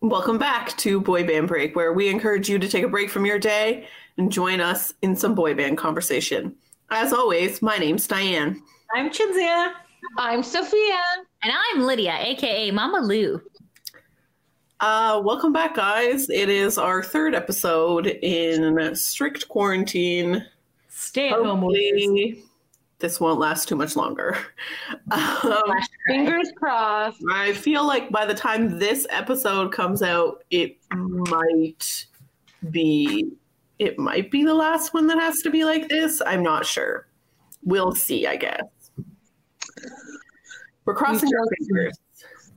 Welcome back to Boy Band Break, where we encourage you to take a break from your day and join us in some boy band conversation. As always, my name's Diane. I'm Chinzia. I'm Sophia. And I'm Lydia, aka Mama Lou. Uh, welcome back, guys. It is our third episode in strict quarantine. Stay at home orders. Hopefully, this won't last too much longer. Um, Flash cry. Fingers crossed. I feel like by the time this episode comes out, it might be it might be the last one that has to be like this. I'm not sure. We'll see, I guess. We're crossing our fingers.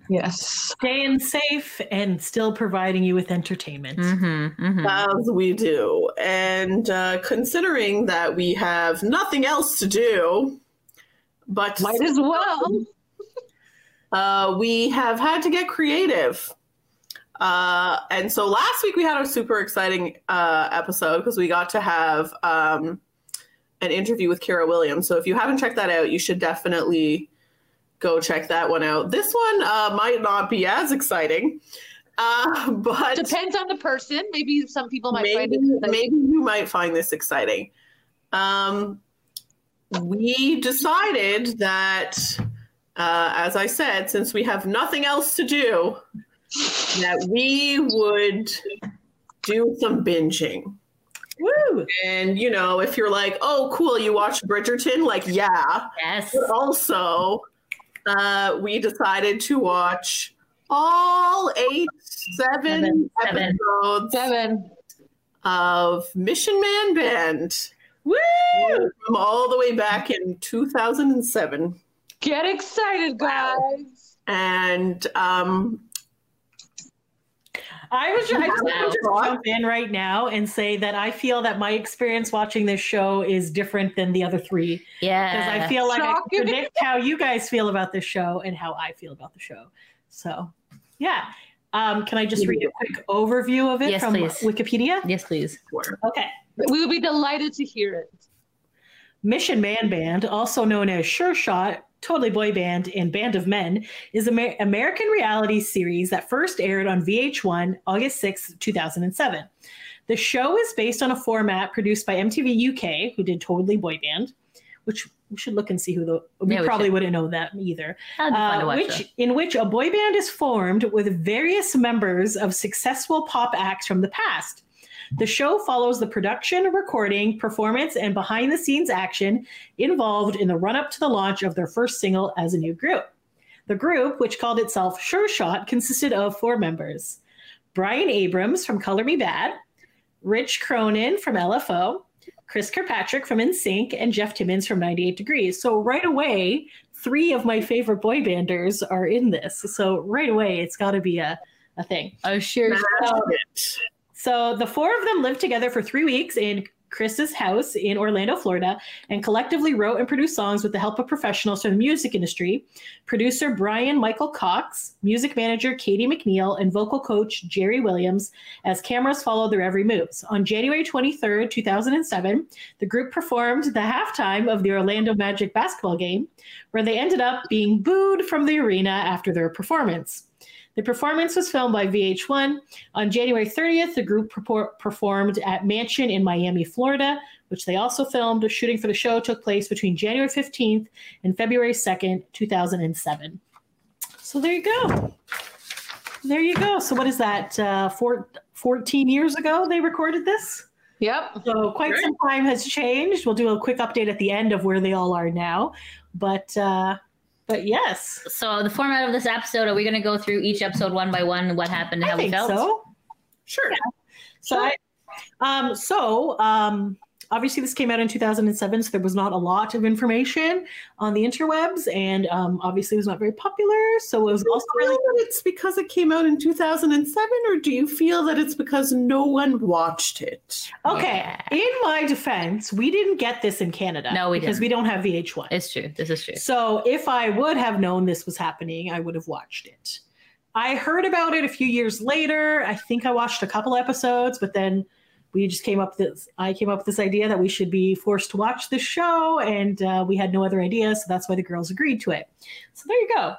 Yes. Staying safe and still providing you with entertainment. Mm-hmm. Mhm, mhm. As we do. And uh, considering that we have nothing else to do, but Might as well. uh, we have had to get creative. Uh, and so last week we had a super exciting uh, episode because we got to have um, an interview with Kira Williams. So if you haven't checked that out, you should definitely go check that one out. This one uh, might not be as exciting, uh, but Depends on the person. Maybe some people might find maybe, it. maybe you might find this exciting. Um, we decided that, uh, as I said, since we have nothing else to do, that we would do some binging. Woo! And, you know, if you're like, oh, cool, you watched Bridgerton, like, yeah. Yes. But also, uh, we decided to watch all eight, seven, Seven, seven. episodes Seven. of Mission Man Band Woo! from all the way back in 2007. Get excited, guys. And um, I was I just Wow. want to jump in right now and say that I feel that my experience watching this show is different than the other three because Yeah. I feel like I Shocking. can predict how you guys feel about this show and how I feel about the show. So, yeah. Um, can I just read a quick overview of it Yes, from please. Wikipedia? yes, please. were- Okay. We would be delighted to hear it. Mission Man Band, also known as Sure Shot, Totally Boy Band, and Band of Men, is an American reality series that first aired on VH1 August 6, 2007. The show is based on a format produced by MTV UK, who did Totally Boy Band, which we should look and see who the. We Yeah, we probably should. wouldn't know that either. That'd be fun Uh, to watch. which, in which a boy band is formed with various members of successful pop acts from the past. The show follows the production, recording, performance, and behind the scenes action involved in the run up to the launch of their first single as a new group. The group, which called itself Sure Shot, consisted of four members Brian Abrams from Color Me Bad, Rich Cronin from LFO, Chris Kirkpatrick from InSync, and Jeff Timmons from 98 Degrees. So right away, three of my favorite boy banders are in this. So right away, it's got to be a, a thing. oh, sure. That's it. So the four of them lived together for three weeks in Chris's house in Orlando, Florida, and collectively wrote and produced songs with the help of professionals from the music industry, producer Brian Michael Cox, music manager Katie McNeil, and vocal coach Jerry Williams as cameras followed their every moves. On January 23rd, 2007, the group performed the halftime of the Orlando Magic basketball game, where they ended up being booed from the arena after their performance. The performance was filmed by VH1. On January 30th, the group purport- performed at Mansion in Miami, Florida, which they also filmed. Shooting for the show took place between January 15th and February 2nd, 2007. So there you go. There you go. So what is that? Uh, four, 14 years ago they recorded this? Yep. So quite Right. some time has changed. We'll do a quick update at the end of where they all are now. But uh, but yes, So the format of this episode, are we going to go through each episode one by one, what happened and I how we think felt? so. Sure. So, I- um, so um, obviously, this came out in 2007, so there was not a lot of information on the interwebs, and um, obviously, it was not very popular. So it was also feel really that it's because it came out in 2007, or do you feel that it's because no one watched it? okay. Yeah. In my defense, we didn't get this in Canada. No, we because didn't. we don't have VH1. It's true. This is true. So if I would have known this was happening, I would have watched it. I heard about it a few years later. I think I watched a couple episodes, but then we just came up with this. I came up with this idea that we should be forced to watch this show, and uh, we had no other idea, so that's why the girls agreed to it. So there you go.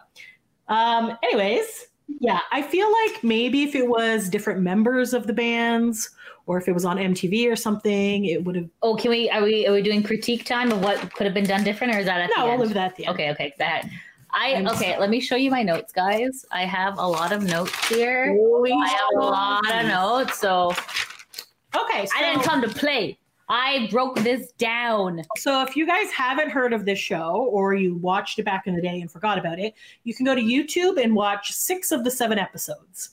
Um, anyways, Yeah, I feel like maybe if it was different members of the bands or if it was on MTV or something, it would have. Oh, can we? Are we? Are we doing critique time of what could have been done different, or is that at No, the we'll end? leave that at the end. Okay, okay, that. I I'm- okay. Let me show you my notes, guys. I have a lot of notes here. Holy I have a lot of notes, so Okay, so, I didn't come to play. I broke this down. so if you guys haven't heard of this show or you watched it back in the day and forgot about it, you can go to YouTube and watch six of the seven episodes.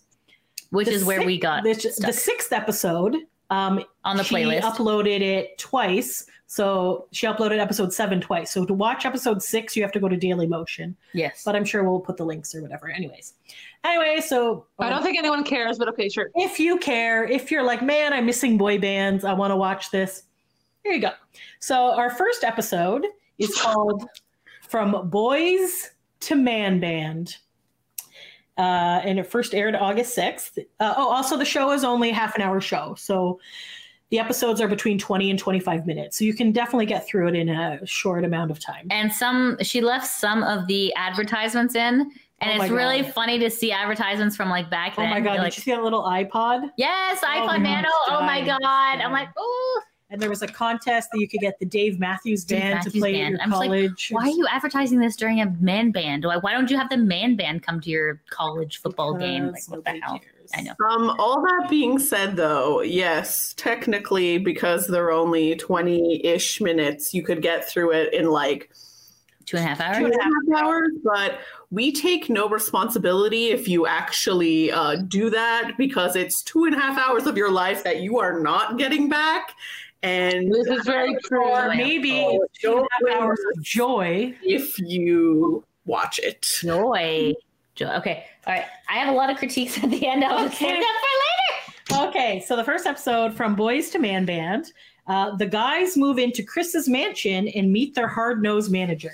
which The is where we sixth- got this, the stuck sixth episode. Um, on the she playlist. uploaded it twice, so she uploaded episode seven twice. So to watch episode six, you have to go to Daily Motion, yes. but I'm sure we'll put the links or whatever. Anyways, anyway, so um, I don't think anyone cares, but okay, sure. if you care, if you're like, man, I'm missing boy bands, I want to watch this. Here you go. So our first episode is called "From Boys to Man Band," uh, and it first aired August sixth. Uh, oh, also the show is only a half an hour show, so the episodes are between twenty and twenty five minutes, so you can definitely get through it in a short amount of time. and some she left some of the advertisements in, and Oh my it's really God. funny to see advertisements from like back Oh then. my god! You're did like, you see that little iPod? yes, iPhone my Nano. Oh my God. god! I'm like, oh, And there was a contest that you could get the Dave Matthews Dave Band to Matthews play at Band. your I'm just like, college. why are you advertising this during a man band? Why, why don't you have the man band come to your college Uh, football game? Like, Because what the nobody hell? cares. I know. Um, all that being said, though, yes, technically, because they're only 20 ish minutes, you could get through it in like Two and a half two hours. and a half hours. But we take no responsibility if you actually uh, do that because it's two and a half hours of your life that you are not getting back. And This is very Or true. maybe Oh, it's two and a half don't hours of joy. if you watch it, Joy. Joy. Okay. All right. I have a lot of critiques at the end. I'll just Okay. save that for Okay, so the first episode from Boys to Man Band, uh, the guys move into Chris's mansion and meet their hard nosed manager.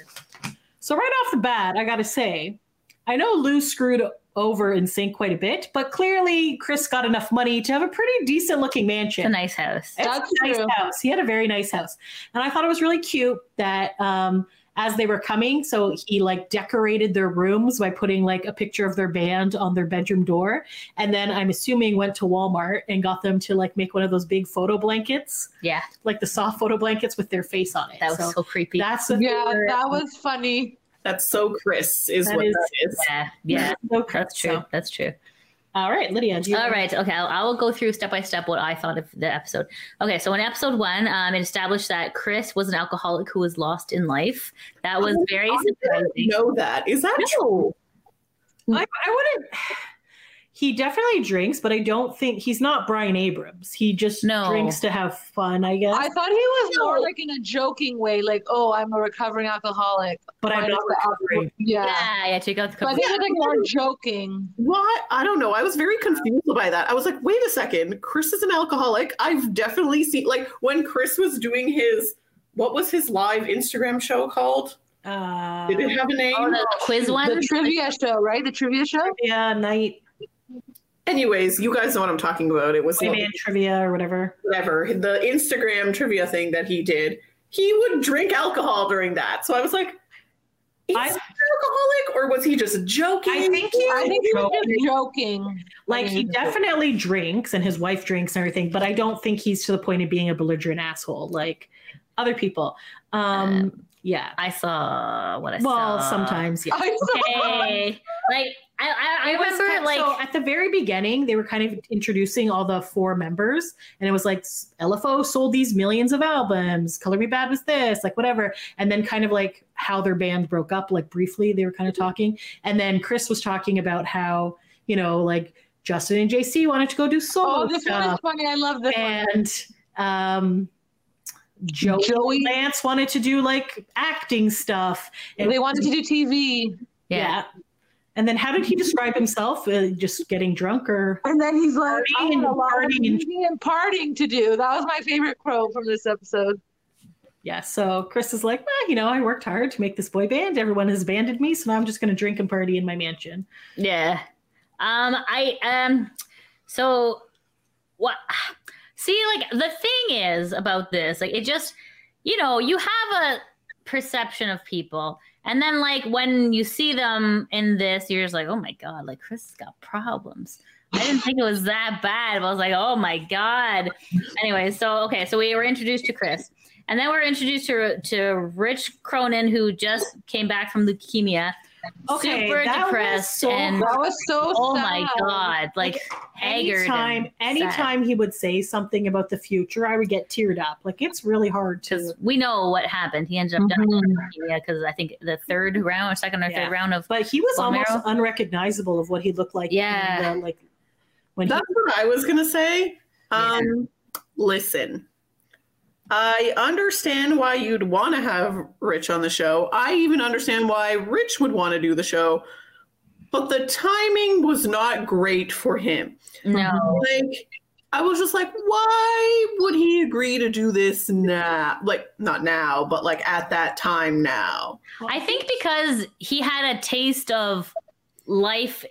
So, right off the bat, I gotta say, I know Lou screwed over in sync quite a bit, but clearly Chris got enough money to have a pretty decent looking mansion. It's a nice house. It's That's a nice true. house. He had a very nice house. And I thought it was really cute that um as they were coming, so he like decorated their rooms by putting like a picture of their band on their bedroom door. And then I'm assuming went to Walmart and got them to like make one of those big photo blankets, Yeah, like the soft photo blankets with their face on it. that was so so, creepy. that's the Yeah, that was funny. that's so Chris, is That what is- that is. yeah, yeah. so That's true. So, That's true. all right, Lydia. Do you All right. Okay. I'll, I will go through step by step what I thought of the episode. Okay. So in episode one, um, it established that Chris was an alcoholic who was lost in life. That was Oh, very I didn't surprising. know that. Is that true? Oh. No. I, I wouldn't. He definitely drinks, but I don't think he's not Brian Abrams. He just No. drinks to have fun, I guess. I thought he was No. more like in a joking way, like, "Oh, I'm a recovering alcoholic." but I'm Minus not the alcohol. recovering. Yeah. Yeah. Yeah. Check out the But cover. he was like more joking. What? I don't know. I was very confused by that. I was like, wait a second. Chris is an alcoholic. I've definitely seen, like, when Chris was doing his, what was his live Instagram show called? Uh, Did it have a name? Oh, the quiz one. The trivia show, right? The trivia show. yeah, night Anyways, you guys know what I'm talking about. It was boy band trivia or whatever. whatever, the Instagram trivia thing that he did. He would drink alcohol during that. So I was like, is I- he an alcoholic or was he just joking? I think he- I think he was just joking. Like he Mm-hmm. definitely drinks, and his wife drinks and everything, but I don't think he's to the point of being a belligerent asshole like other people. Um, Um, yeah. I saw what I saw. Well, sometimes, yeah. I saw- Okay. like I, I, I It was remember kind- like so at the very beginning they were kind of introducing all the four members and it was like s- LFO sold these millions of albums Color Me Bad was this like whatever and then kind of like how their band broke up like briefly they were kind of Mm-hmm. talking and then Chris was talking about how you know like Justin and JC wanted to go do solo Oh, this one is stuff funny. I love this one. and um Joey, Joey. Lance wanted to do like acting stuff and They wanted to do TV, yeah. And then how did he describe himself? Uh, just getting drunk or and then he's like, "I Partying had a and lot of partying and- TV and partying to do." That was my favorite quote from this episode. yeah. So Chris is like, well, you know, I worked hard to make this boy band. Everyone has banded me, so now I'm just gonna drink and party in my mansion. Yeah. Um I um so what see like the thing is about this like it just you know you have a perception of people. And then like when you see them in this, you're just like, oh my god, like Chris has got problems. I didn't think it was that bad, but I was like, oh my god. Anyway, so okay, so we were introduced to Chris. And then we we're introduced to to Rich Cronin, who just came back from leukemia. Okay, super that was depressed so and That was so oh sad. my god, like haggard. anytime and sad. anytime he would say something about the future i would get teared up like it's really hard to because we know what happened. He ended up dying because I think the third round, second or Mm-hmm. Yeah. third round of but he was Bone almost marrow? unrecognizable of what he looked like in Yeah. the, like when he, That's what I was gonna say. Um, Listen, I understand why you'd want to have Rich on the show. I even understand why Rich would want to do the show, but the timing was not great for him. mm-hmm. no, Like, I was just like, why would he agree to do this now? Like, not now, but like at that time now. I think because he had a taste of life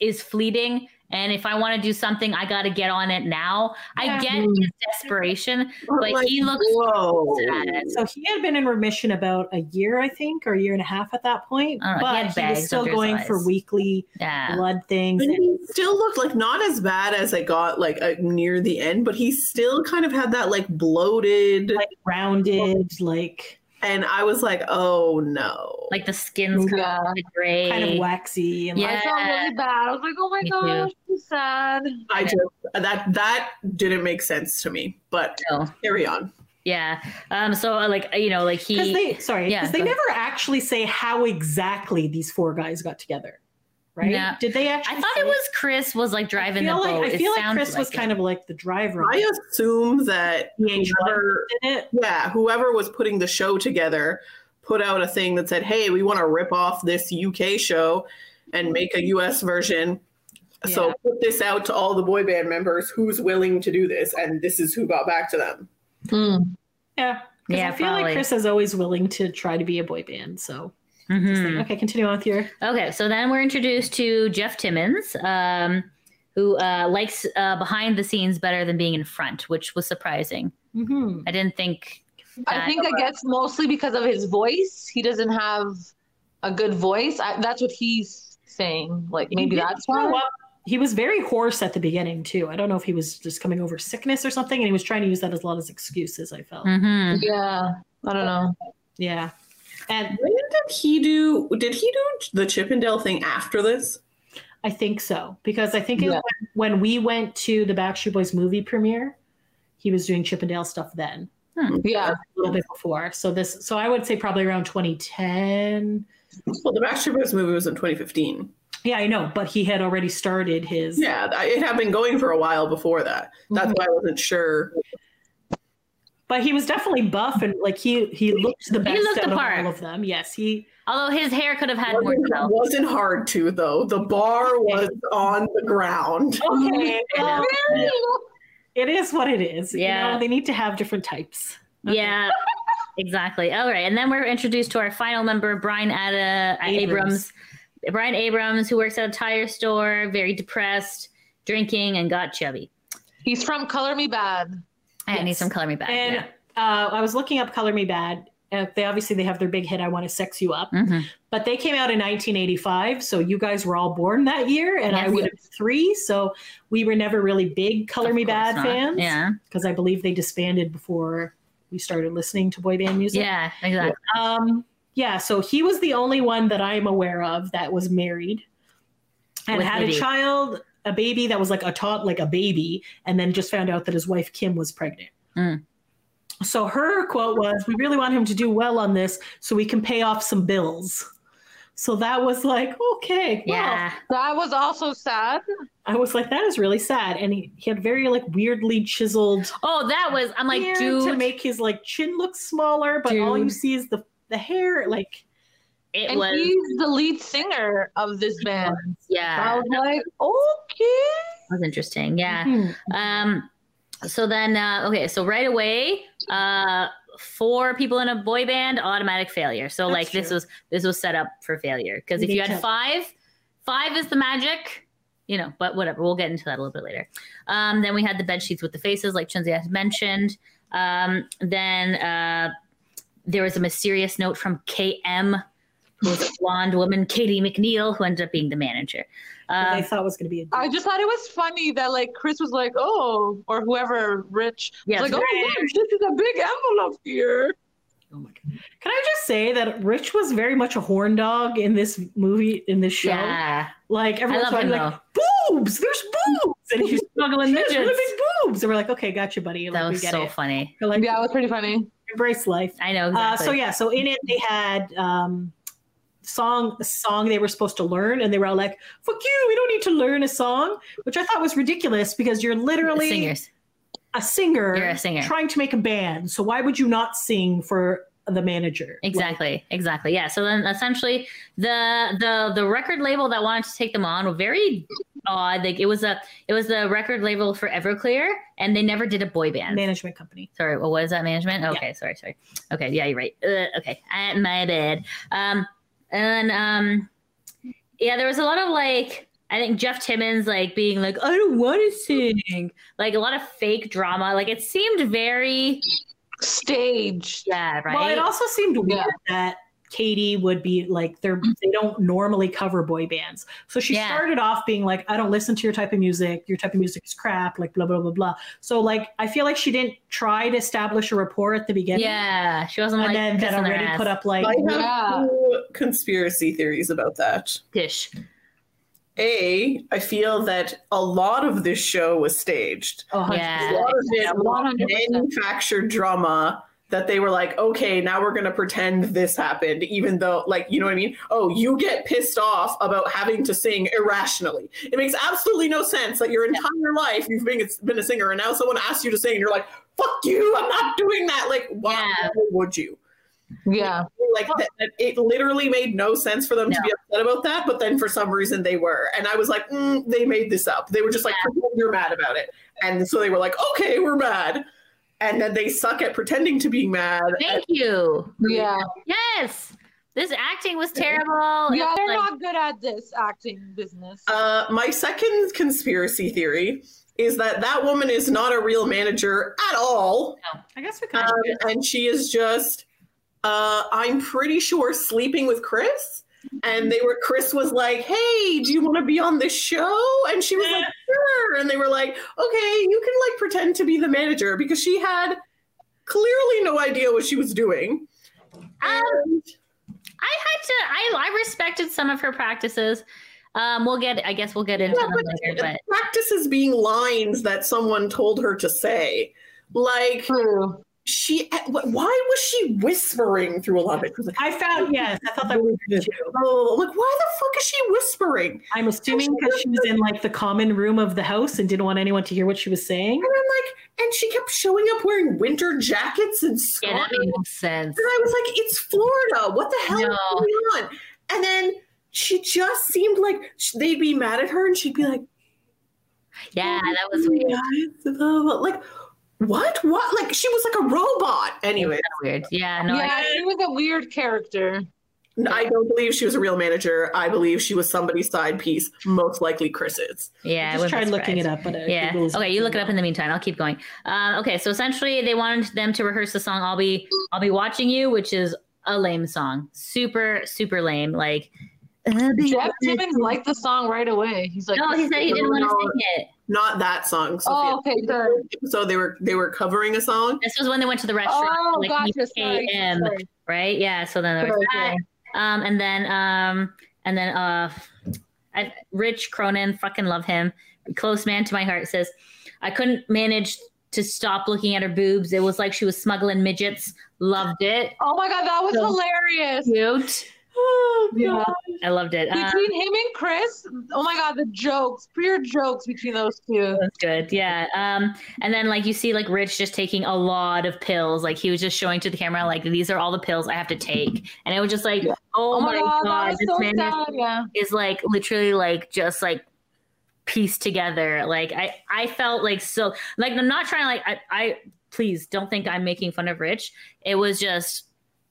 is fleeting, and if I want to do something, I got to get on it now. I Yeah. get Mm. Mm-hmm. his desperation. I'm But like, he looks whoa. sad. so he had been in remission about a year i think or a year and a half at that point I don't know, he but had he, bags was still under his going for eyes. weekly Yeah, blood things And and he still looked like not as bad as it got like uh, near the end, but he still kind of had that like bloated. like rounded like and I was like, oh no. like the skin's kind Yeah. of gray. kind of waxy and Yeah. like I felt really bad. I was like, oh my Me too. gosh, I'm sad. I just that that didn't make sense to me. But No. carry on. Yeah. Um. So uh, like you know like because he. they sorry yeah, because they go ahead. never actually say how exactly these four guys got together right No. did they I actually thought say- it was Chris was like driving I the feel boat. like, I It feel like sounded Chris was like it. kind of like the driver. of I assume that VH1 whoever, did it. yeah, whoever was putting the show together put out a thing that said, "Hey, we want to rip off this UK show and make a US version." So Yeah. put this out to all the boy band members who's willing to do this, and this is who got back to them. Hmm. Yeah. 'Cause Yeah, I feel probably. like Chris is always willing to try to be a boy band. So, just Mhm. like, okay, continue on with your. Okay, so then we're introduced to Jeff Timmons, um, who uh, likes uh, behind the scenes better than being in front, which was surprising. Mhm. I didn't think. I think I guess mostly because of his voice. He doesn't have a good voice. I, that's what he's saying. Like maybe did that's grow why. up- He was very hoarse at the beginning, too. I don't know if he was just coming over sickness or something, and he was trying to use that as a lot of excuses, I felt. hmm Yeah, I don't know. Yeah. And When did he do? Did he do the Chippendale thing after this? I think so, because I think it Yeah. was when, when we went to the Backstreet Boys movie premiere, he was doing Chippendale stuff then, Yeah, a little bit before. So, this, so I would say probably around 2010, Well, the Backstreet Boys movie was in 2015. Yeah, I know, but he had already started his. Yeah, th- it had been going for a while before that. That's why I wasn't sure. But he was definitely buff and like he he looked the best looked out the of part. all of them. Yes, he Although his hair could have had more Wasn't, help. wasn't hard to though. The bar was on the ground. okay. well, Really? it is what it is. Yeah. you know, they need to have different types. Okay. Yeah, exactly. All right, and then we're introduced to our final member, Brian Ada uh, Abrams. Abrams. Brian Abrams, who works at a tire store, very depressed, drinking, and got chubby. He's from Color Me Bad. I need Yes. some color me back. And yeah. uh, I was looking up "Color Me Bad." Uh, they obviously they have their big hit "I Want to Sex You Up," Mhm. but they came out in 1985, so you guys were all born that year, and I Yes. would have been three. So we were never really big "Color Of Me course Bad" not. fans Yeah, because I believe they disbanded before we started listening to boy band music. yeah, exactly. Um, yeah, so he was the only one that I'm aware of that was married and With had baby. a child, a baby that was like a tot, like a baby, and then just found out that his wife Kim was pregnant. Mm. So her quote was, "We really want him to do well on this, so we can pay off some bills." So that was like, okay, well, Yeah, That was also sad. I was like, that is really sad, and he, he had very like weirdly chiseled Oh, that was. I'm like, hair dude, to make his like chin look smaller, but all you Dude. see is the the hair, like. it and was. he's the lead singer of this band. yeah, I was like, okay. that was interesting. Yeah. Mhm. Um. So then, uh, okay. So right away, uh, four people in a boy band, automatic failure. So That's like this true. was this was set up for failure because if Me you had too. five, five is the magic. You know, but whatever. We'll get into that a little bit later. Um, then we had the bed sheets with the faces, like Chinzi had mentioned. Um, then uh, there was a mysterious note from KM, who was a blonde woman, Katie McNeil, who ended up being the manager. I Uh, thought it was going to be a I just thought it was funny that like Chris was like, "Oh," or whoever rich Yeah, was like, Rich. "Oh, look, this is a big envelope here." Oh my god! Can I just say that Rich was very much a horn dog in this movie, in this show. yeah, Like everyone's love trying him, like boobs. There's boobs, and he's smuggling there's really midgets. big boobs, and we're like, okay, got you, buddy. Like, That was we get so it. funny. We're like, Yeah, it was pretty funny. embrace life. I know. Uh, Exactly. so yeah, so in it they had um, song a song they were supposed to learn, and they were all like, "Fuck you, we don't need to learn a song," which I thought was ridiculous because you're literally singers. a singer, You're a singer. trying to make a band. So why would you not sing for the manager? Exactly, exactly. Yeah. So then, essentially, the the the record label that wanted to take them on were very odd. Like it was a it was the record label for Everclear, and they never did a boy Like, band. management company. Sorry, what was that management? Okay, sorry, sorry. Okay, yeah, you're right. Uh, okay, I, my bad. Um, and um, yeah, there was a lot of like, I think Jeff Timmons like being like, I don't want to sing, like a lot of fake drama. Like it seemed very, Staged. yeah, right. Well, it also seemed weird Yeah. that Katie would be like they're they don't normally cover boy bands. So she Mm-hmm. Yeah. started off being like, I don't listen to your type of music, your type of music is crap, like blah blah blah blah. So like I feel like she didn't try to establish a rapport at the beginning. yeah, she wasn't And like then that kissing their already ass. put up like I have Yeah. two conspiracy theories about that. dish. A, I feel that a lot of this show was staged. oh, A Yeah. lot of it was 100%. manufactured drama that they were like, okay, now we're gonna pretend this happened, even though, like, you know what I mean? Oh, you get pissed off about having to sing irrationally. It makes absolutely no sense that your entire life you've been been a singer, and now someone asks you to sing, and you're like, "Fuck you! I'm not doing that." Like, why Yeah. would you? Yeah. like that, that it literally made no sense for them to No. be upset about that but then for some reason they were and i was like mm, they made this up they were just like "Pretend you're mad about it and so they were like okay we're mad and then they suck at pretending to be mad uh, Thank you. Yeah. Yes. This acting was terrible. It Yeah, was they're like- not good at this acting business. uh, my second conspiracy theory is that that woman is not a real manager at all I guess we could um, and she is just uh, i'm pretty sure sleeping with chris and they were chris was like hey do you want to be on this show and she was like sure and they were like okay you can like pretend to be the manager because she had clearly no idea what she was doing ah, and I had to. I I respected some of her practices. Um, we'll get. I guess we'll get into Yeah, them but- later. But practices being lines that someone told her to say like True. she why was she whispering through a lot of it she was like I found yes, I thought that was good too. oh like why the fuck is she whispering I'm assuming because she was in like the common room of the house and didn't want anyone to hear what she was saying. And I'm like, and she kept showing up wearing winter jackets and yeah, scarves. that made no sense. and I was like, it's Florida. What the hell No. is going on? And then she just seemed like sh- they'd be mad at her, and she'd be like, Yeah, that was weird. "Guys, blah, blah, blah." like, what? What? Like, she was like a robot. Anyway, Weird. Yeah. No. yeah, it was a weird character. I don't believe she was a real manager. I believe she was somebody's side piece, most likely Chris's. I, yeah. I I just tried wasn't looking it surprised. up, but uh, Yeah. Google's- Okay, you look it up in the meantime. I'll keep going. Um, okay, so essentially they wanted them to rehearse the song "I'll Be I'll Be Watching You," which is a lame song, super super lame. Like, I'll be Jeff watching Timmons you. liked the song right away. He's like, No, he said he didn't want to sing it. Not that song. Sophia. Oh, okay, good. So they were they were covering a song. This was when they went to the restaurant. Oh, like, E gotcha. Sorry, UKM, sorry. right? Yeah. So then there was Sorry, that. sorry. Um, and then um, and then uh, I, Rich Cronin, fucking love him, close man to my heart. Says, I couldn't manage to stop looking at her boobs. It was like she was smuggling midgets. Loved it. Oh my god, that was So- hilarious. Cute. Oh, Yeah. I loved it. Um, Between him and Chris, oh my god, the jokes, pure jokes between those two. that's good. Yeah. Um, and then like you see like Rich just taking a lot of pills. Like he was just showing to the camera like these are all the pills I have to take. And it was just like, oh, my god, that this was so man is sad. Yeah. is like literally like just like pieced together. Like I I felt like so like I'm not trying to like I, I please don't think I'm making fun of Rich. It was just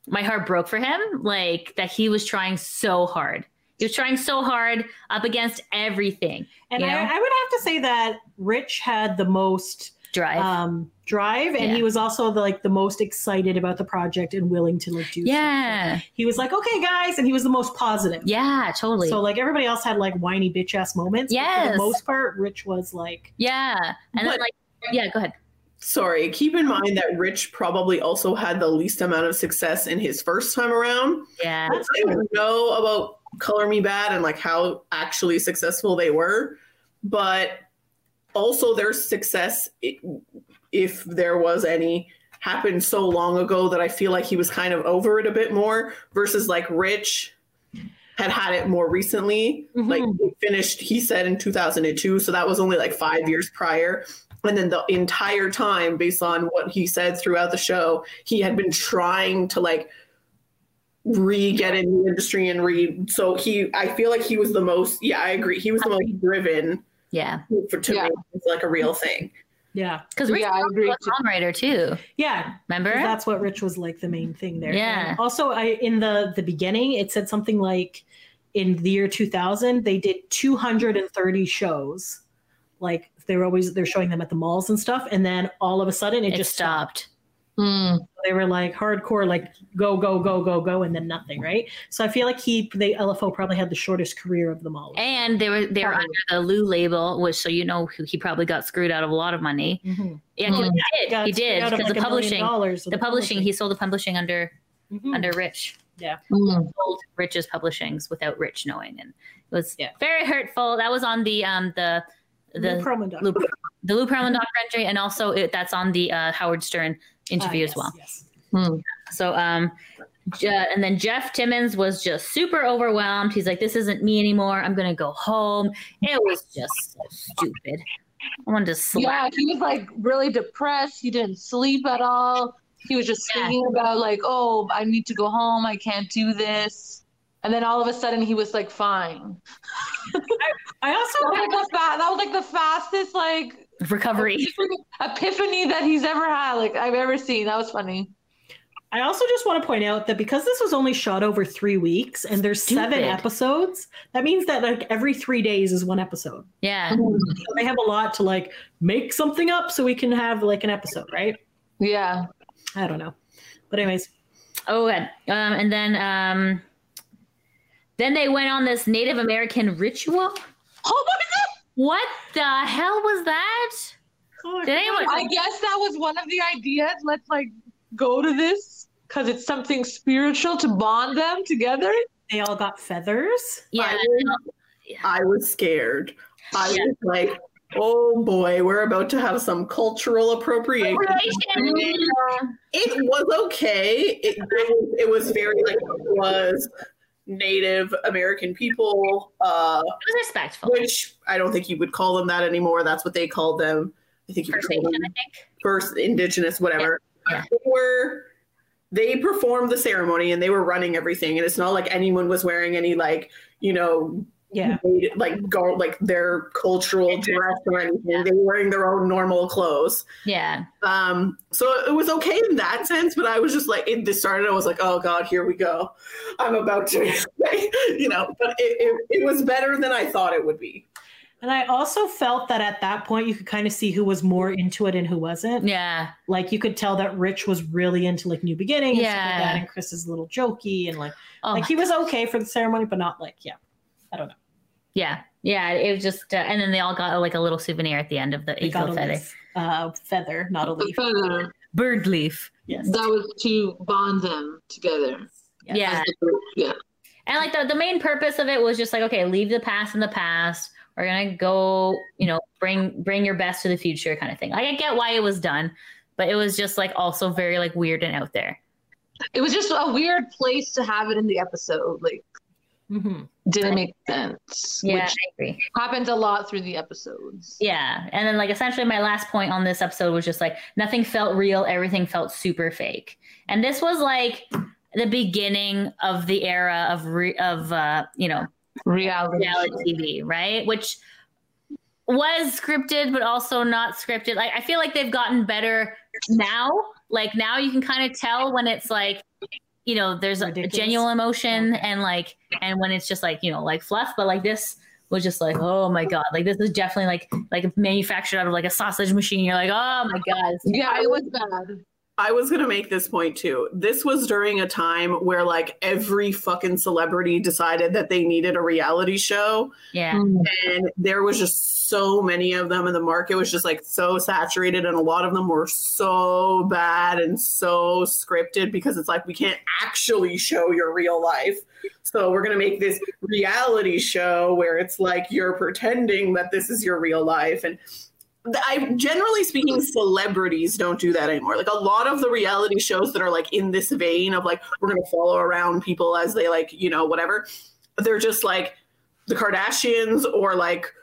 my heart broke for him. Like that he was trying so hard. He was trying so hard up against everything. And you I, know? I would have to say that Rich had the most Drive. um, drive, and Yeah. he was also the, like the most excited about the project and willing to like do. stuff. yeah. he was like, "Okay, guys," and he was the most positive. Yeah, totally. So like everybody else had like whiny bitch ass moments. but for Yes. the most part, Rich was like, yeah. And then But- like yeah, go ahead. Sorry, keep in mind that Rich probably also had the least amount of success in his first time around. Yeah. I don't know about Color Me Bad and like how actually successful they were, but also their success, i- if there was any, happened so long ago that I feel like he was kind of over it a bit more versus like Rich had had it more recently. Like he finished, he said in 2002, so that was only like five years prior. And then the entire time, based on what he said throughout the show, he had been trying to like re get in the industry and re. So he, I feel like he was the most. Yeah, I agree. He was the most driven Yeah. for to Yeah. make it's like a real thing. "Yeah, Because Rich Yeah, was I agree a too. songwriter too. yeah." Remember? 'Cause That's what Rich was like the main thing there. Yeah. And also, I in the the beginning, it said something like, in the year 2000, they did 230 shows. Like they were always they're showing them at the malls and stuff, and then all of a sudden it, it just stopped. stopped. Mm, Hmm. they were like hardcore like go go go go go and then nothing right so i feel like he the lfo probably had the shortest career of them all And they were they were Probably. under the Lou label, which so you know he probably got screwed out of a lot of money. Mhm. Yeah, 'cause Mm. he did. Got He did out of, because like, a the million publishing, dollars with the publishing, he sold the publishing under Mhm. under Rich, Hmm. sold Rich's publishings without Rich knowing, and it was Yeah. very hurtful. That was on the um the Lou the Pearlman doc- Lou, the Lou Pearlman documentary, and also it, that's on the uh, Howard Stern Ah, interview as yes, well. yes. Hmm. So um, Je- and then Jeff Timmons was just super overwhelmed. He's like, "This isn't me anymore. I'm gonna go home." It was just so stupid. I wanted to slap. Yeah, he was like really depressed. He didn't sleep at all. He was just Yeah. thinking about like, oh, I need to go home. I can't do this. And then all of a sudden, he was like, fine. i That also was like the, fa- that was, like, the fastest like recovery. epiphany that he's ever had, like I've ever seen. That was funny. i also just want to point out that because this was only shot over three weeks and there's seven Stupid. episodes that means that like every three days is one episode Yeah. Mm-hmm. so they have a lot to like make something up so we can have like an episode right Yeah. i don't know but anyways Oh, good. Um, and then um, then they went on this Native American ritual. Oh What the hell was that? Did anyone? my God. I guess that was one of the ideas. Let's like go to this because it's something spiritual to bond them together. they all got feathers Yeah. I was, I was scared. I was like, oh boy, we're about to have some cultural appropriation. Relation. It was okay. It, it, was, it was very like it was Native American people, uh, It was respectful. which I don't think you would call them that anymore. That's what they called them. I think you First could Nation, call I them think. first indigenous whatever Yeah, were they performed the ceremony and they were running everything and it's not like anyone was wearing any like you know Mm-hmm. yeah made- like gar- like their cultural dress or anything they were wearing their own normal clothes Yeah. um so it was okay in that sense but i was just like it this started i was like oh god here we go i'm about to you know but it, it, it was better than i thought it would be And I also felt that at that point you could kind of see who was more into it and who wasn't. Yeah. Like you could tell that Rich was really into like New Beginning and stuff like Yeah. that, and Chris is a little jokey and like Oh, like he was okay for the ceremony, but not like yeah. yeah. Yeah. It was just, uh, and then they all got like a little souvenir at the end of the He got eagle a feather. leaf, uh, feather, not a The leaf. feather, Bird leaf. Yes. That was to bond them together. Yes. Yeah. as a group. Yeah. And like the, the main purpose of it was just like, okay, leave the past in the past. We're gonna go, you know, bring bring your best to the future kind of thing. Like I get why it was done, but it was just like also very like weird and out there. It was just a weird place to have it in the episode. Like, hmm didn't make sense. Yeah, Which I agree. happens a lot through the episodes. Yeah. And then like essentially my last point on this episode was just like nothing felt real, everything felt super fake. And this was like the beginning of the era of re- of uh, you know, Reality. reality TV, right? Which was scripted, but also not scripted. Like I feel like they've gotten better now. Like now you can kind of tell when it's like, you know, there's a- a Ridiculous. genuine emotion and like, and when it's just like, you know, like fluff. But like this was just like, oh my god, like this is definitely like like manufactured out of like a sausage machine. You're like, oh my god, it's Yeah, it was bad. I was gonna make this point too. This was during a time where like every fucking celebrity decided that they needed a reality show, yeah, and there was just so many of them, and the market was just like so saturated, and a lot of them were so bad and so scripted because it's like we can't actually show your real life, so we're gonna make this reality show where it's like you're pretending that this is your real life, and I generally speaking, celebrities don't do that anymore. Like a lot of the reality shows that are like in this vein of like we're gonna follow around people as they like you know whatever, they're just like the Kardashians or like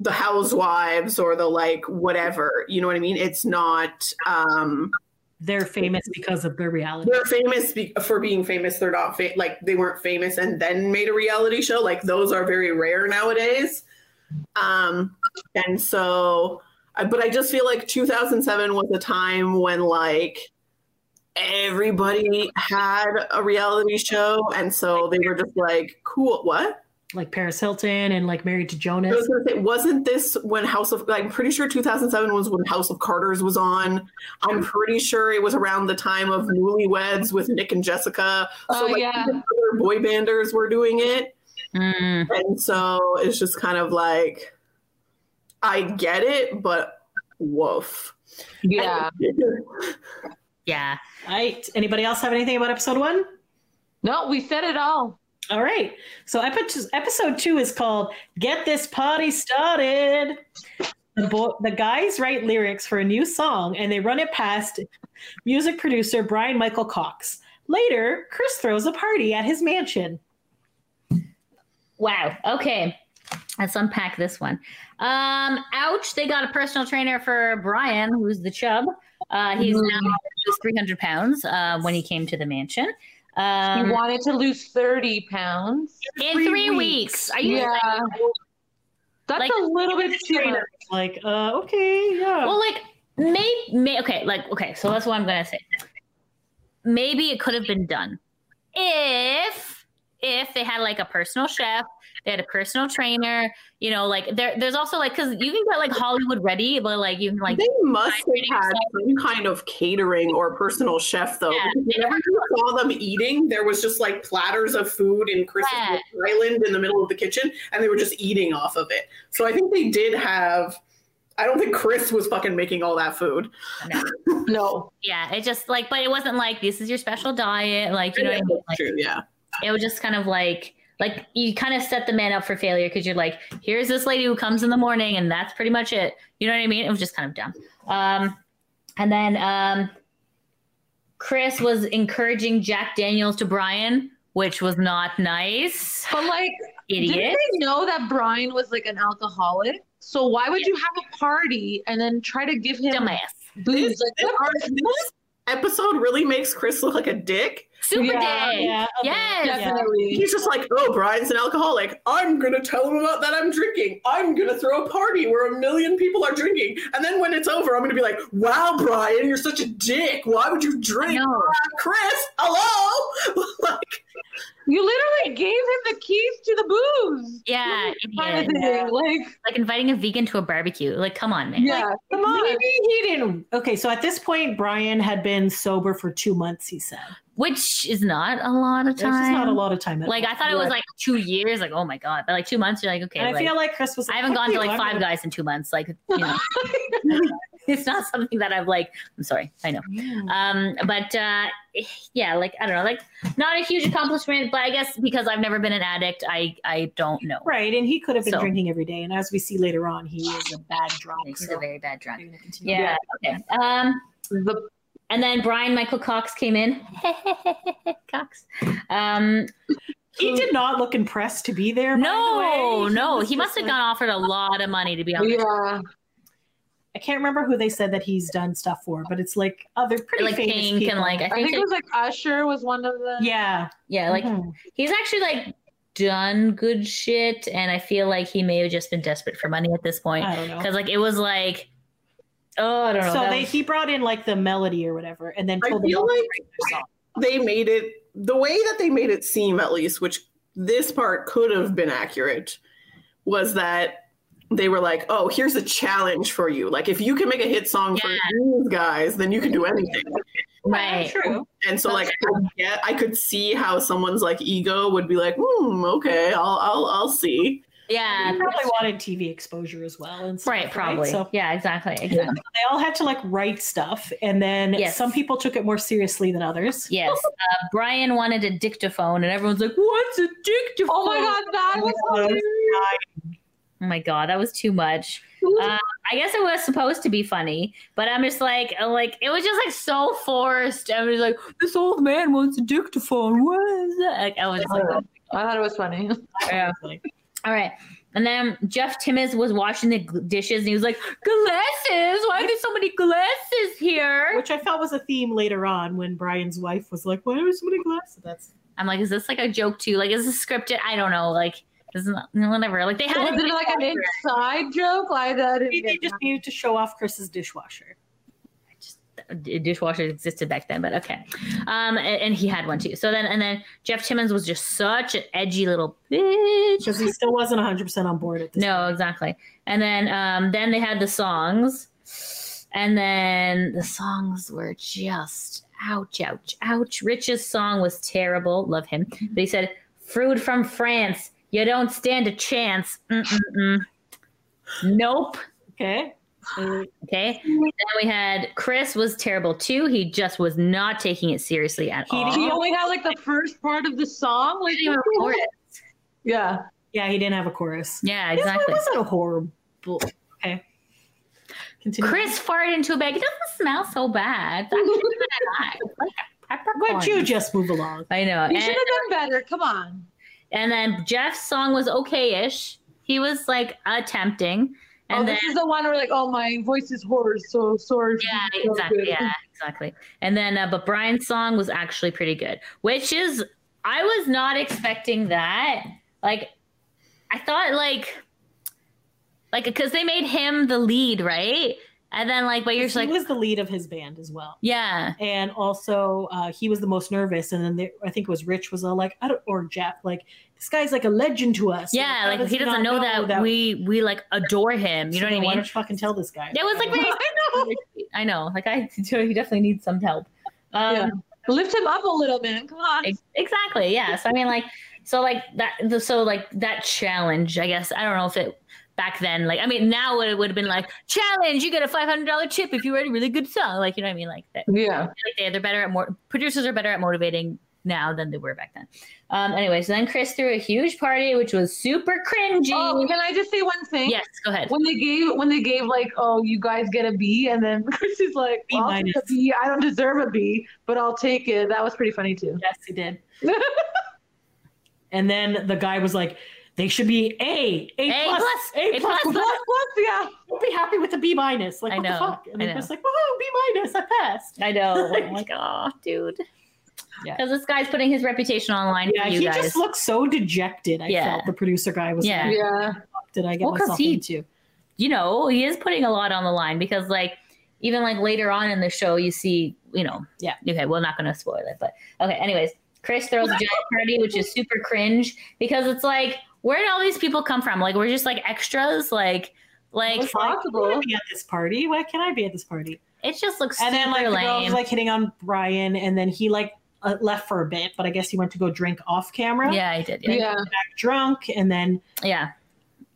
the Housewives or the like whatever. You know what I mean? It's not. um They're famous because of their reality. They're famous be- for being famous. They're not fa- like they weren't famous and then made a reality show. Like those are very rare nowadays. Um, and so, I- but I just feel like 2007 was a time when like everybody had a reality show, and so they were just like, "Cool, what?" Like Paris Hilton and like Married to I was Jonas. gonna say, wasn't this when House of? Like, I'm pretty sure 2007 was when House of Carters was on. I'm pretty sure it was around the time of Newlyweds with Nick and Jessica. Oh, yeah. even other boy banders were doing it, Mm. and so it's just kind of like, I get it, but woof. Yeah. yeah. All right. Anybody else have anything about episode one? No, we said it all. All right. So epi- episode two is called "Get This Party Started." The, bo- the guys write lyrics for a new song and they run it past music producer Brian Michael Cox. Later, Chris throws a party at his mansion. Wow. Okay. Let's unpack this one. Um, ouch. They got a personal trainer for Brian, who's the chub. Uh, he's now just 300 pounds uh, when he came to the mansion. He Um, wanted to lose 30 pounds. in three three, weeks. weeks. Are you Yeah. That's Like- a little bit too much. Like, uh, okay, yeah. well, like, maybe, may, okay, like, okay, so that's what I'm going to say. Maybe it could have been done if, if they had like a personal chef, they had a personal trainer, you know, like there, there's also like, cause you can get like Hollywood ready, but like you can like they must have had some kind of catering or personal chef though. Yeah. because whenever you saw them eating, there was just like platters of food in Chris's Yeah. little island in the middle of the kitchen, and they were just eating off of it. So I think they did have. I don't think Chris was fucking making all that food. No. Yeah, it just like, but it wasn't like this is your special diet. Like, you know, what I mean? That's like, true, yeah. it was just kind of like, like you kind of set the man up for failure because you're like, here's this lady who comes in the morning, and that's pretty much it. You know what I mean? It was just kind of dumb. Um, and then um, Chris was encouraging Jack Daniels to Brian, which was not nice. But like, Idiot. Didn't they know that Brian was like an alcoholic? So why would you have a party and then try to give him Dumbass. booze? Like, This- this episode really makes Chris look like a dick. Super Yeah, day. a bit, Yes. definitely. He's just like, oh, Brian's an alcoholic. I'm gonna tell him about that I'm drinking. I'm gonna throw a party where a million people are drinking. And then when it's over, I'm gonna be like, wow, Brian, you're such a dick. Why would you drink? No. Chris, hello? like, You literally gave him the keys to the booze. Yeah, Kind of idiot. thing. Like, Like inviting a vegan to a barbecue. Like, come on, man. yeah, come on. Maybe he didn't. Okay, so at this point, Brian had been sober for two months. He said, Which is not a lot of "This is not a time. lot of time." at Like all. I thought it was Yeah. like two years, like oh my god, but like two months, you're like okay. And I like, feel like Chris was. I Like, haven't gone to like five guys. guys in two months. Like you know, it's not something that I've like. I'm sorry, I know. Um, but uh, yeah, like I don't know, like not a huge accomplishment, but I guess because I've never been an addict, I I don't know. Right, and he could have been So- drinking every day, and as we see later on, he is a bad drunk. He's so- a very bad drunk. We're gonna continue. Yeah. Okay. Um, The- and then Brian Michael Cox came in. Cox. Um, he did not look impressed to be there. by the no, way. no, was he just must have like- gotten offered a lot of money to be honest. yeah, I can't remember who they said that he's done stuff for, but it's like other pretty Like famous Pink people. and like I I think, think it was like Usher was one of the. yeah, yeah, like Mhm. he's actually like done good shit and i feel like he may have just been desperate for money at this point I don't know. because like it was like oh i don't know So that they, was- he brought in like the melody or whatever, and then I told them feel all to like- write their song. they made it the way that they made it seem, at least, which this part could have been accurate, was that they were like, "Oh, here's a challenge for you. Like, if you can make a hit song for Yeah. these guys, then you can do anything." Right. True. And so, like, That's I, get, I could see how someone's like ego would be like, "Hmm, okay, I'll, I'll, I'll see." Yeah. They probably wanted TV exposure as well. And stuff, Right, probably. So Yeah, exactly. Exactly. they all had to like write stuff. And then Yes. some people took it more seriously than others. Yes. Uh, Brian wanted a dictaphone, and everyone's like, What's a dictaphone? Oh my god, that was hilarious. Oh my god, that was too much. Uh, I guess it was supposed to be funny, but I'm just like, uh, like it was just like so forced. I was like, this old man wants a dictaphone. What is that? Like, I was just like, Uh, I thought it was funny. yeah. all right. And then Jeff Timmons was washing the gl- dishes, and he was like, glasses. Why are there so many glasses here? Which I felt was a theme later on when Brian's wife was like, Why are so many glasses? That's I'm like, is this like a joke too? Like, is this scripted? I don't know. Like, this is not whatever. Like they had. Was it like an inside joke? Like that? maybe they just needed to show off Chris's dishwasher. just d- dishwashers existed back then, but okay. Um, a- and, he had one too. So then, and then Jeff Timmons was just such an edgy little bitch. Because he still wasn't 100% on board at this No, exactly. And then, um, then they had the songs, and then the songs were just ouch, ouch, ouch. Rich's song was terrible. Love him. But he said, "Fruit from France, you don't stand a chance." Mm-mm-mm. Nope. Okay. Uh, Okay. Then we had Chris was terrible too. He just was not taking it seriously at He- all. He only had like the first part of the song. Like, Didn't even record it. yeah. yeah, he didn't have a chorus. Yeah, This exactly. one wasn't a horrible. Okay. Continue. Chris farted into a bag. It doesn't smell so bad. It's actually not bad. It's like a peppercorn. Would you just move along? I know. You should And, have done better. Come on. and then Jeff's song was okay-ish. He was like attempting, oh, and then this is the one where like, oh, my voice is hoarse, so sorry. if yeah, this is so exactly, good. yeah, exactly. And then, uh, but Brian's song was actually pretty good, which is I was not expecting that. Like, I thought like, like because they made him the lead, right? And then like, but you're just he like, was the lead of his band as well. yeah, And also, uh, he was the most nervous. And then they, I think it was Rich was all like, I don't, or Jeff, like, this guy's like a legend to us. yeah, how like does he doesn't not know, that, we we like adore him. You So know then what I Why mean? don't you fucking tell this guy? That was like very. I know, like I, he definitely needs some help. Um, Yeah. Lift him up a little, man. Come on. Ex- exactly yeah so i mean like so like that the- so like that challenge i guess i don't know if it back then like i mean now it would have been like challenge you get a $500 chip if you write a really good song like you know what i mean like that Yeah. like they, they're better at more producers are better at motivating now than they were back then um anyway so then chris threw a huge party which was super cringy Oh, can I just say one thing? yes go ahead When they gave, when they gave, like, oh, you guys get a B, and then Chris is like, B well, I'll take a minus. B. I don't deserve a B, but I'll take it. That was pretty funny too. Yes, he did. and then the guy was like, they should be A, A, A plus, plus, A A plus. plus. Plus, plus, yeah. Don't be happy with a B minus. Like, I what the know, fuck? And I then know. Chris like, woohoo, B minus, I passed. i know i'm like oh dude Yeah. because this guy's putting his reputation online Yeah, for you he guys just looked so dejected. I Yeah. felt the producer guy was Yeah. like, Yeah. "What did I get Well, 'cause myself he- into? you know, he is putting a lot on the line because like even like later on in the show you see, you know, Yeah. Okay, we're not gonna spoil it, but okay, anyways, Chris throws a giant party, which is super cringe because it's like, where did all these people come from? Like we're just like extras, like like It's like, possible. "I wanna be at this party. Why can't I be at this party? it just looks And super then like the girl was lame. like hitting on Brian, and then he like uh, left for a bit, but I guess he went to go drink off camera, yeah, I did. Yeah. yeah. Yeah. drunk, and then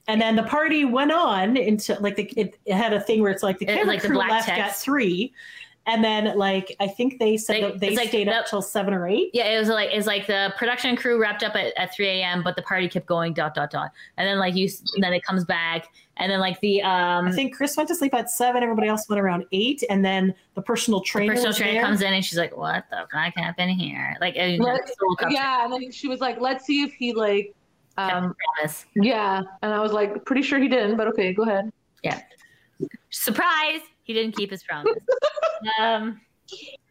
and then the party went on into like the it, it had a thing where it's like the It- camera like the crew black left at text. three, and then like I think they said They- that they it's like stayed up that- till seven or eight. Yeah, it was like it's like the production crew wrapped up at, at 3 a.m., but the party kept going. Dot dot dot, and then like you, s- and then it comes back, and then like the um, I think Chris went to sleep at seven. Everybody else went around eight, and then the personal trainer. personal was trainer there. comes in and she's like, "What the fuck happened here?" Like, it was Let- just so upset. Yeah. And then she was like, let's see if he like, um, Yes. yeah. And I was like, pretty sure he didn't, but okay, go ahead. surprise, he didn't keep his promise. um,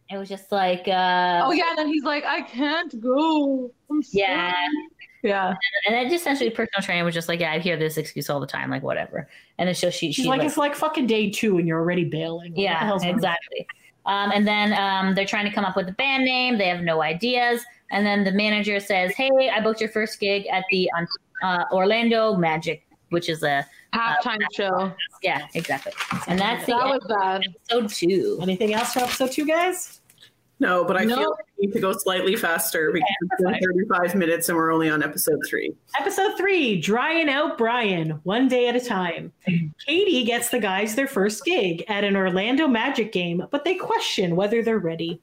it was just like, uh, Oh yeah. And then he's like, I can't go. I'm sorry." yeah. Yeah. And then just essentially, personal trainer was just like, "Yeah, I hear this excuse all the time, like whatever." And then so she, she She's like, like- it's like fucking day two, and you're already bailing. What the yeah, hell's wrong with exactly. Um, and then um, they're trying to come up with a band name. They have no ideas. And then the manager says, "Hey, I booked your first gig at the um, uh, Orlando Magic which is a halftime show. yeah, exactly. And that's the That end was bad. of episode two. Anything else for episode two, guys? No, but I No. feel like we need to go slightly faster because it's been 35 minutes and we're only on episode three. Episode three, drying out Brian, one day at a time. Katie gets the guys their first gig at an Orlando Magic game, but they question whether they're ready.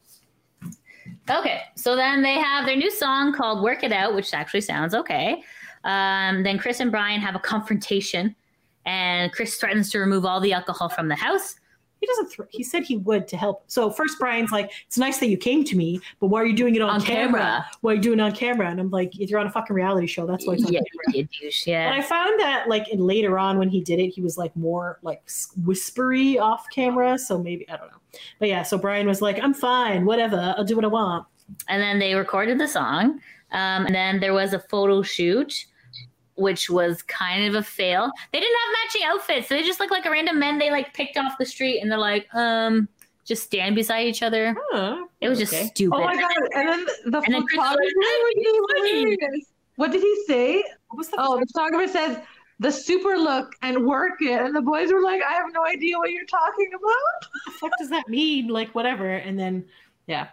Okay, so then they have their new song called "Work It Out," which actually sounds okay. Um, then Chris and Brian have a confrontation, and Chris threatens to remove all the alcohol from the house. He doesn't. Th- he said he would to help. So first, Brian's like, "It's nice that you came to me, but why are you doing it on, On camera? camera. Why are you doing it on camera?" And I'm like, "You're on a fucking reality show. That's why it's on yeah, camera." you douche. And Yeah, I found that like in later on when he did it, he was like more like s- whispery off camera. So maybe I don't know. But yeah, so Brian was like, "I'm fine, whatever. I'll do what I want." and then they recorded the song, um, and then there was a photo shoot, which was kind of a fail. They didn't have matching outfits; so they just looked like a random men they like picked off the street, and they're like, um, just stand beside each other. Huh. It was just Okay. stupid. Oh my god! And then the And then Chris photographer was hilarious. What did he say? What was the Oh, the photographer said the super look and work it, and the boys were like, "I have no idea what you're talking about." fuck does that mean? Like whatever. And then yeah,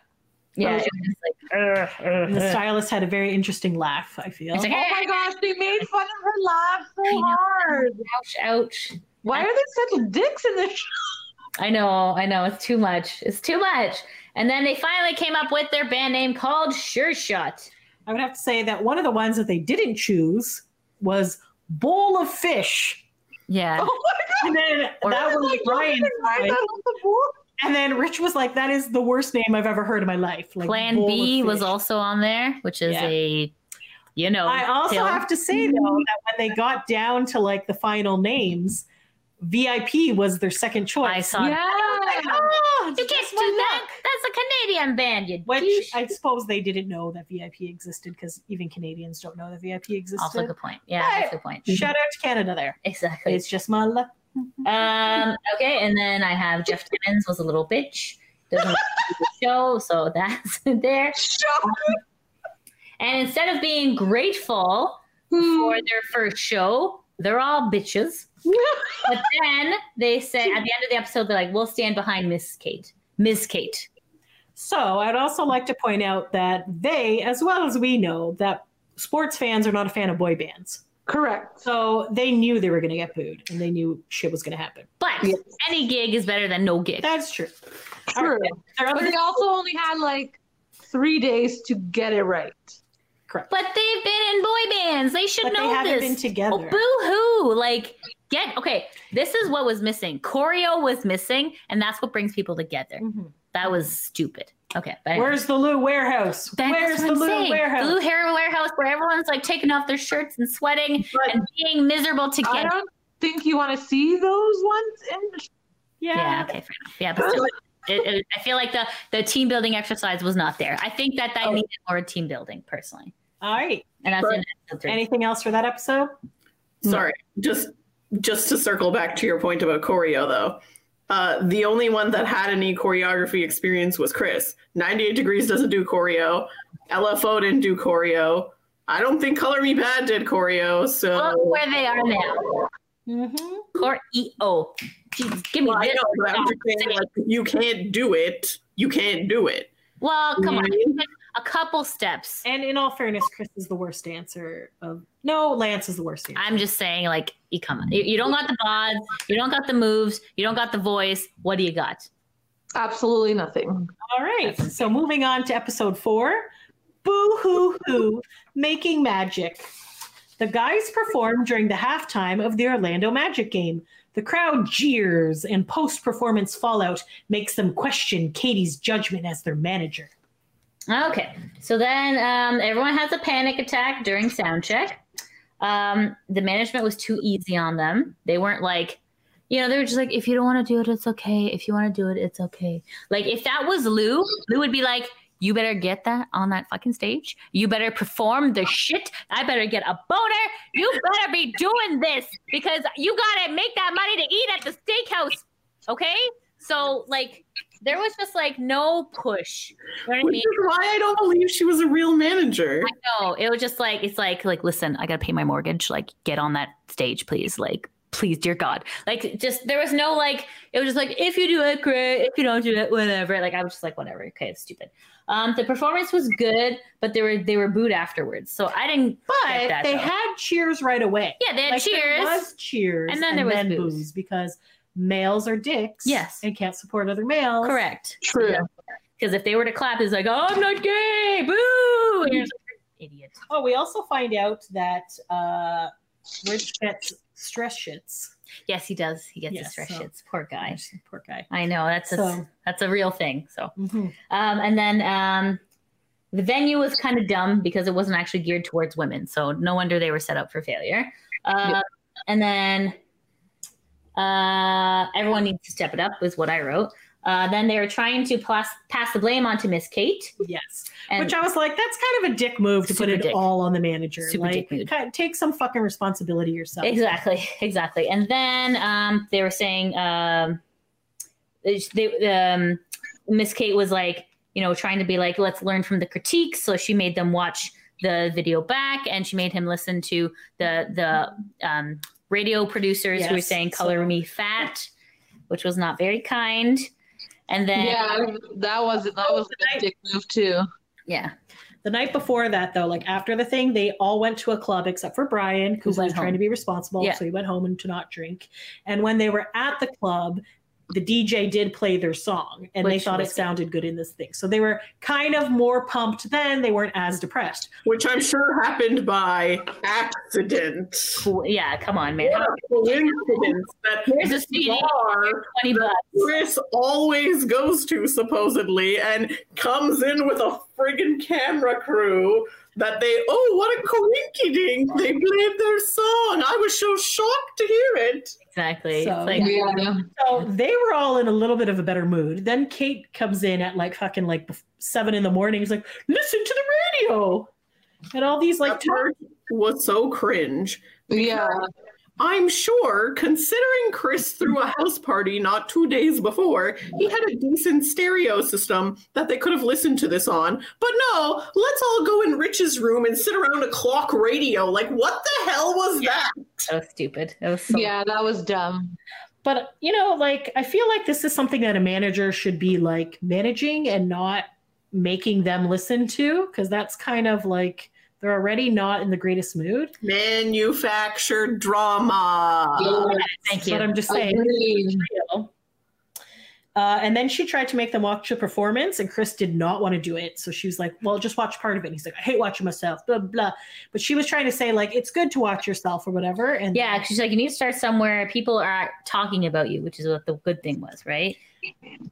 it was just like, and the stylist had a very interesting laugh. I feel. It's like, Oh my gosh, they made fun of her laugh I so know. hard. ouch, ouch. Why are they such dicks in this show? I know, I know. It's too much. It's too much. And then they finally came up with their band name called Sure Shot. I would have to say that one of the ones that they didn't choose was bowl of fish. Yeah. Oh my god! And then Or- that I'm was like, you Brian. can write that on the board. And then Rich was like, "That is the worst name I've ever heard in my life." Like Plan bowl B of was fish. also on there, which is Yeah. a, you know, I also tale. have to say though Mm-hmm. that when they got down to like the final names, VIP was their second choice. I saw. Yeah. Ah, You can't just do why not? that. That's a Canadian band. You Which douche. I suppose they didn't know that VIP existed because even Canadians don't know that VIP existed. also good point. Yeah, that's a good point. Shout out to Canada there. Exactly. It's just my luck. Um, okay, and then I have Jeff Timmons was a little bitch. Doesn't want to do the show, so that's there. Shock. And instead of being grateful for Hmm. Hmm. their first show, they're all bitches. But then they said at the end of the episode, they're like, "We'll stand behind Miss Kate." Miss Kate. So I'd also like to point out that they, as well as we know, that sports fans are not a fan of boy bands. Correct. So they knew they were going to get booed and they knew shit was going to happen. But Yes. any gig is better than no gig. That's true. True. There are But other- they also only had like three days to get it right. But they've been in boy bands. They should but they know haven't this. been Oh, together. boo hoo! Like, get okay. This is what was missing. Choreo was missing, and that's what brings people together. Mhm. That was stupid. Okay, but Where's the Lou warehouse? That's Where's what the I'm Lou saying. warehouse? The Lou Hair Warehouse, where everyone's like taking off their shirts and sweating But- and being miserable I together. don't think you want to see those ones in Yeah, okay, fair enough. Yeah, but still, it, it, I feel like the the team building exercise was not there. I think that that Oh. needed more team building personally, All right. and that's But- in episode three. Anything else for that episode? Sorry, just just to circle back to your point about choreo though. Uh, the only one that had any choreography experience was Chris. 98 Degrees doesn't do choreo. LFO didn't do choreo. I don't think Color Me Bad did choreo. So Look where they are now. Mm-hmm. Core EO. Jeez, give me Well, I this. know, but I'm just saying, like, if you can't do it. You can't do it. Well, come on. Mhm. A couple steps. And in all fairness, Chris is the worst dancer of. No, Lance is the worst dancer. I'm just saying, like, you come on. You, you don't got the bods. You don't got the moves. You don't got the voice. What do you got? absolutely nothing. all right. So moving on to episode four Boo Hoo Hoo Making Magic. The guys performed during the halftime of the Orlando Magic game. The crowd jeers, and post performance fallout makes them question Katie's judgment as their manager. Okay. So then um, everyone has a panic attack during sound check. Um, the management was too easy on them. They weren't like, you know, they were just like, if you don't want to do it, it's okay. If you want to do it, it's okay. Like, if that was Lou, Lou would be like, you better get that on that fucking stage. You better perform the shit. I better get a boner. You better be doing this because you got to make that money to eat at the steakhouse. Okay? So like there was just like no push. You know what I Which mean? is why I don't believe she was a real manager. No, Oh, it was just like it's like like listen, I gotta pay my mortgage. Like get on that stage, please. Like please, dear God. Like just there was no like it was just like if you do it, great. If you don't do it, whatever. Like I was just like whatever. Okay, it's stupid. Um, the performance was good, but they were they were booed afterwards, so I didn't. But get that, they though. had cheers right away. yeah they had Like, There cheers. was cheers, And then there was boos. boos because males are dicks. Yes. and can't support other males. Correct. True. Because if they were to clap, it's like oh I'm not gay, boo. And you're just like, idiot. Oh, we also find out that uh, Rich gets stress shits. Yes, he does. He gets Yes, his stress so- shits. Poor guy. Gosh, poor guy. Mm-hmm. I know that's a, So- that's a real thing. So. Um, and then um, the venue was kind of dumb because it wasn't actually geared towards women. So no wonder they were set up for failure. Uh, Yeah. And then uh, everyone needs to step it up, is what I wrote. Uh, then they were trying to pass, pass the blame on to Miss Kate. Yes, And which I was like, that's kind of a dick move to put Super it dick. all on the manager. Super like, dick move. ki- take some fucking responsibility yourself. exactly, exactly. And then um, they were saying um, they um, Miss Kate was like, you know, trying to be like, let's learn from the critiques. So she made them watch the video back, and she made him listen to the the um, radio producers who were Yes. saying "color me fat," which was not very kind. And then yeah, Yeah, that was that was a dick move too. The night before that, though, like after the thing, they all went to a club except for Brian, because he went was trying home. to be responsible. Yeah. So he went home and to not drink. And when they were at the club, the DJ did play their song and they Which thought it was- sounded good in this thing. So they were kind of more pumped then. They weren't as depressed. which I'm sure happened by accident. Cool. yeah, come on, man. What a coincidence that Here's a CD. bar Twenty bucks. Chris always goes to, supposedly, and comes in with a friggin' camera crew that they, oh, what a coinky dink. They played their song. I was so shocked to hear it. Exactly. So, It's like, yeah. Yeah. So they were all in a little bit of a better mood. Then Kate comes in at like fucking like bef- seven in the morning. He's like, listen to the radio. And all these like, That part was so cringe. Yeah. I'm sure, considering Chris threw a house party not two days before, he had a decent stereo system that they could have listened to this on. But no, let's all go in Rich's room and sit around a clock radio. Like, what the hell was that? so stupid. It was so Yeah, that was dumb. But you know, like I feel like this is something that a manager should be like managing and not making them listen to because that's kind of like they're already not in the greatest mood. Manufactured Uh, drama. Thank you. But I'm just saying. Agreed. Uh, and then she tried to make them watch a performance, and Chris did not want to do it. So she was like, "Well, just watch part of it." And he's like, "I hate watching myself." Blah blah. But she was trying to say like it's good to watch yourself or whatever. And Yeah, 'cause she's like, you need to start somewhere. People are talking about you, which is what the good thing was, right?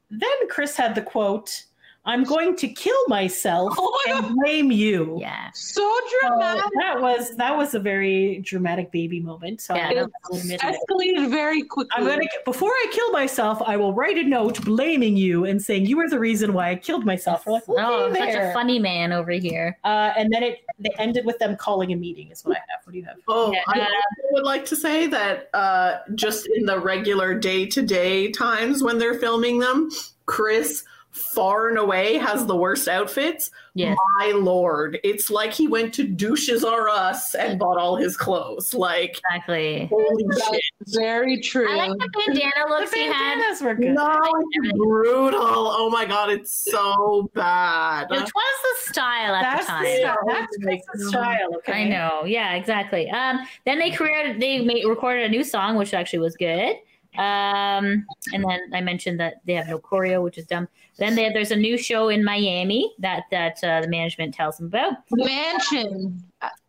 then Chris had the quote, "I'm going to kill myself Oh my and blame you." Yeah. So So dramatic. that was that was a very dramatic baby moment. So Yeah, I that will admit it. Escalated very quickly. I'm gonna before I kill myself, I will write a note blaming you and saying you were the reason why I killed myself. We're like, okay, oh, there. such a funny man over here. uh, and then it they ended with them calling a meeting. Is what I have. What do you have? Oh, Yeah, I uh, also would like to say that uh, just in the regular day to day times when they're filming them, Chris far and away has the worst outfits. Yeah. My lord, it's like he went to Douches R Us and bought all his clothes. Like, Exactly. holy That's shit. very true. I like the bandana looks the he had. bandanas were good. No, it's brutal. Oh my god, it's so bad. Which was the style at that's the the time. style. That's Chris's style. Okay, I know. Yeah, exactly. Um, then they created, they made, recorded a new song, which actually was good. Um, and then I mentioned that they have no choreo, which is dumb. Then they, there's a new show in Miami that that uh, the management tells them about. Mansion.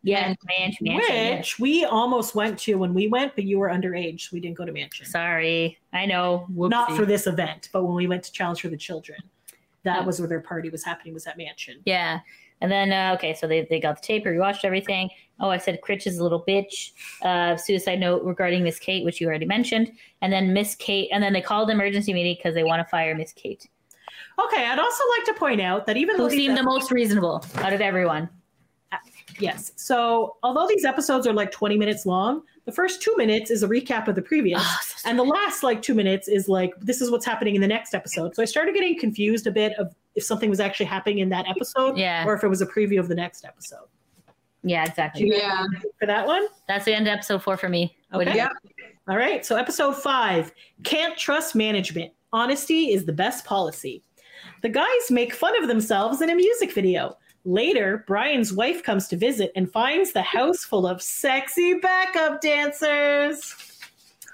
Yeah, Manch- Mansion. yeah. Which we almost went to when we went, but you were underage, so we didn't go to mansion. Sorry, I know. not Whoopsie. for this event, but when we went to Challenge for the Children, that was where their party was happening. Was at Mansion. Yeah. And then, uh, okay, so they, they got the tape, rewatched everything. Oh, I said Critch is a little bitch. Uh, suicide note regarding Miss Kate, which you already mentioned. And then Miss Kate, and then they called emergency meeting because they want to fire Miss Kate, Okay, I'd also like to point out that even though who these seemed the most reasonable out of everyone. ep- yes, so although these episodes are like twenty minutes long, The first two minutes is a recap of the previous. Oh, so sorry. And the last like two minutes is like this is what's happening in the next episode. So I started getting confused a bit of if something was actually happening in that episode Yeah. or if it was a preview of the next episode. yeah, exactly. Uh, Yeah. For that one, That's the end of episode four for me. What do Okay. you- Yeah. all right. So episode five, can't trust management. Honesty is the best policy. The guys make fun of themselves in a music video. Later, Brian's wife comes to visit and finds the house full of sexy backup dancers.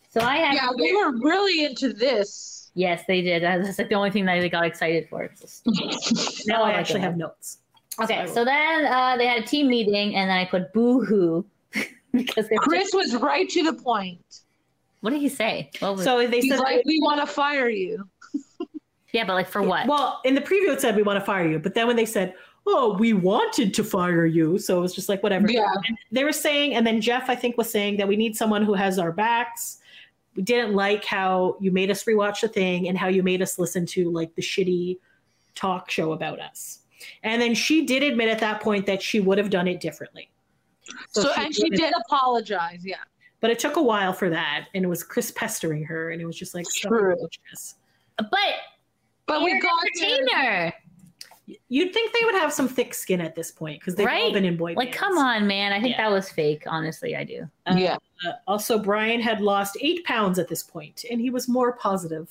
So I had Yeah, they were really into this. yes, they did. That- That's like the only thing that they got excited for. It's just- Now Oh I my actually God. have notes. Okay, So- so then uh, they had a team meeting, and then I put boo hoo because they were Chris was right to the point. what did he say? What was, So they He's said like, we want to fire you. yeah, but like for what? Well, in the preview it said we want to fire you, but then when they said, "Oh, we wanted to fire you," so it was just like whatever. Yeah. They were saying, and then Jeff I think was saying that we need someone who has our backs. We didn't like how you made us rewatch the thing and how you made us listen to like the shitty talk show about us. And then she did admit at that point that she would have done it differently. So, and she did apologize. Yeah. But it took a while for that, and it was Chris pestering her, and it was just like stop True. it, Chris. but But you're we an got there. entertainer. You'd think they would have some thick skin at this point because they've all Right. been in boy Like, bands. come on, man. I think Yeah. that was fake. Honestly, I do. Uh, yeah. Uh, also, Brian had lost eight pounds at this point, and he was more positive.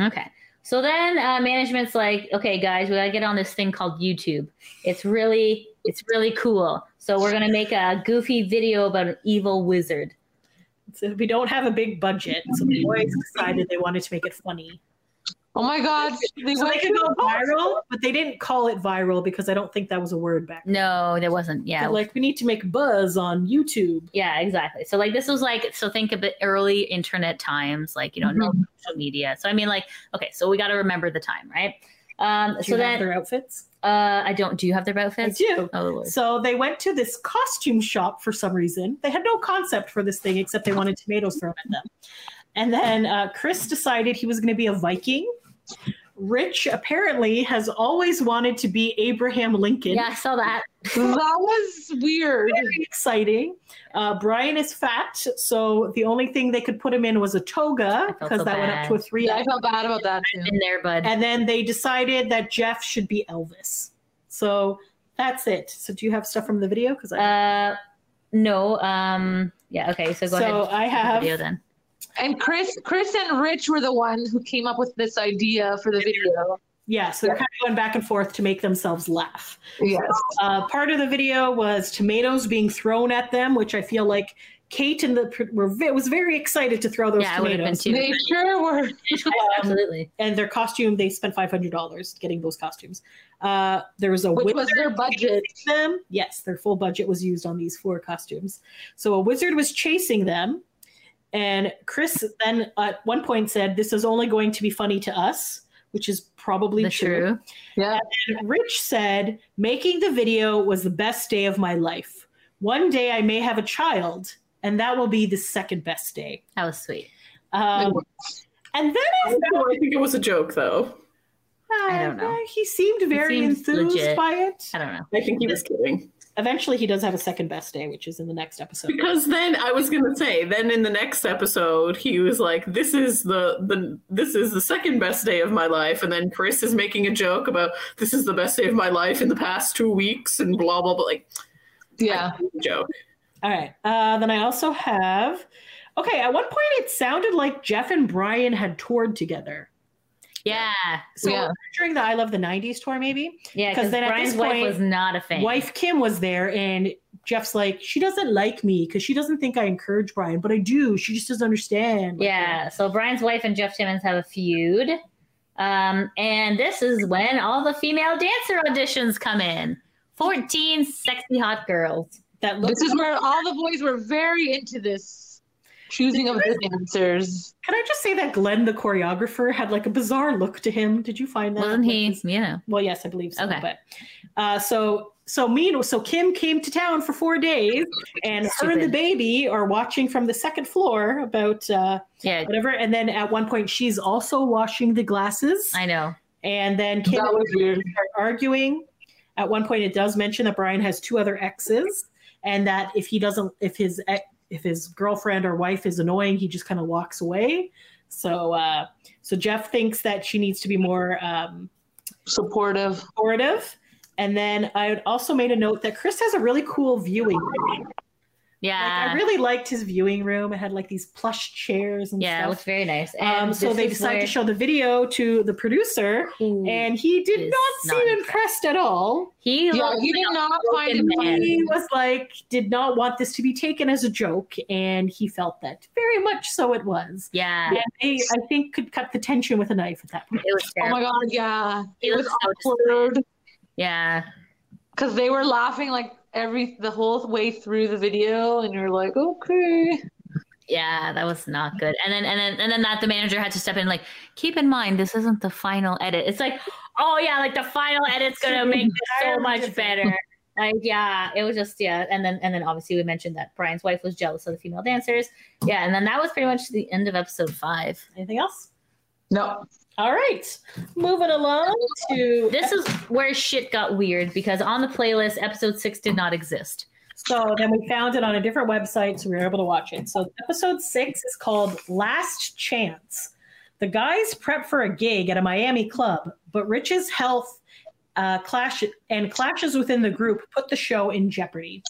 Okay. So then uh, management's like, okay, guys, we gotta get on this thing called YouTube. It's really, it's really cool. So we're gonna make a goofy video about an evil wizard. So we don't have a big budget, so the boys decided they wanted to make it funny. Oh my God. They So they went could go to viral, but they didn't call it viral because I don't think that was a word back. then. No, there wasn't. Yeah, They're like we need to make buzz on YouTube. yeah, exactly. So like, this was like, so think of it early internet times, like you know, no Mm-hmm. social media. So I mean, like, okay, so we gotta remember the time, right? Um, Do so you have then their outfits? uh, I don't. Do you have their I outfits? do. Oh, Lord. So they went to this costume shop for some reason. They had no concept for this thing except they wanted tomatoes thrown at them. And then uh, Chris decided he was going to be a Viking. Rich apparently has always wanted to be Abraham Lincoln. yeah, I saw that. That was weird. Very exciting. Uh, Brian is fat, so the only thing they could put him in was a toga I felt because so that went up bad. to a three. Yeah, I felt bad about that too. In there, bud. And then they decided that Jeff should be Elvis. So that's it. So do you have stuff from the video? Because I Uh, no. Um. Yeah. Okay. So go ahead. so I Show the have video then. And Chris, Chris and Rich were the one who came up with this idea for the video. Yeah, so they're kind of going back and forth to make themselves laugh. Yes. Uh, part of the video was tomatoes being thrown at them, which I feel like Kate and the pr- were ve- was very excited to throw those Yeah, I would have been tomatoes. too. They sure were. Absolutely. And their costume, they spent five hundred dollars getting those costumes. Uh, there was a Which wizard was their budget. chasing them. Yes, their full budget was used on these four costumes. So a wizard was chasing them, and Chris then at one point said, "This is only going to be funny to us," which is probably The true. true. Rich said, making the video was the best day of my life. One day I may have a child, and that will be the second best day. That was sweet. Um, and then I found, I think it was a joke, though. I don't know. uh, he seemed very seemed enthused legit. by it. I don't know. I think he was kidding. Eventually, he does have a second best day, which is in the next episode. Because then I was gonna say, then in the next episode, he was like, "This is the the this is the second best day of my life," and then Chris is making a joke about this is the best day of my life in the past two weeks and blah blah blah. Like Yeah. joke. All right. Uh, then I also have. Okay, at one point it sounded like Jeff and Brian had toured together. Yeah. So Yeah. during the I Love the 90s tour, maybe? Yeah. 'Cause Because then at Brian's this wife point, was not a fan. wife Kim was there, and Jeff's like, she doesn't like me because she doesn't think I encourage Brian, but I do. She just doesn't understand. Like, Yeah. So Brian's wife and Jeff Timmons have a feud. Um, and this is when all the female dancer auditions come in. 14 sexy hot girls. that looks. This is where all the boys were very into this choosing of the dancers. Can I just say that Glenn, the choreographer, had like a bizarre look to him? Did you find that? Wasn't Like, he? his- You know. Well, yes, I believe so. Okay. But uh, so so mean. So Kim came to town for four days, and her and the Stupid. baby are watching from the second floor about uh, Yeah. whatever. And then at one point, she's also washing the glasses, I know. and then Kim That was weird. are arguing. At one point, it does mention that Brian has two other exes, and that if he doesn't, if his ex, if his girlfriend or wife is annoying, he just kind of walks away. So uh, so Jeff thinks that she needs to be more um, Supportive. supportive. And then I had also made a note that Chris has a really cool viewing. room. Yeah. Like, I really liked his viewing room. It had like these plush chairs and yeah, it looks stuff. very nice. And Um, so this they is decided where- to show the video to the producer, Ooh, and he did is not seem not impressed. impressed at all. he Yeah, looked he did not find broken it man. He was like, did not want this to be taken as a joke, and he felt that very much so it was. Yeah, And they, I think, could cut the tension with a knife at that point. it was Oh terrible. my god, yeah. He It was looks so awkward yeah, because they were laughing like every the whole way through the video, and you're like, okay. yeah, that was not good. And then and then and then that the manager had to step in, like, keep in mind this isn't the final edit. It's like, oh yeah, like the final edit's gonna make this so Entirely much different. better. Like yeah, it was just yeah, and then and then obviously we mentioned that Brian's wife was jealous of the female dancers. Yeah, and then that was pretty much the end of episode five. Anything else? No. All right, moving along to This is where shit got weird because on the playlist, episode six did not exist. So then we found it on a different website, so we were able to watch it. So episode six is called Last Chance. The guys prep for a gig at a Miami club, but Rich's health uh, clash and clashes within the group put the show in jeopardy.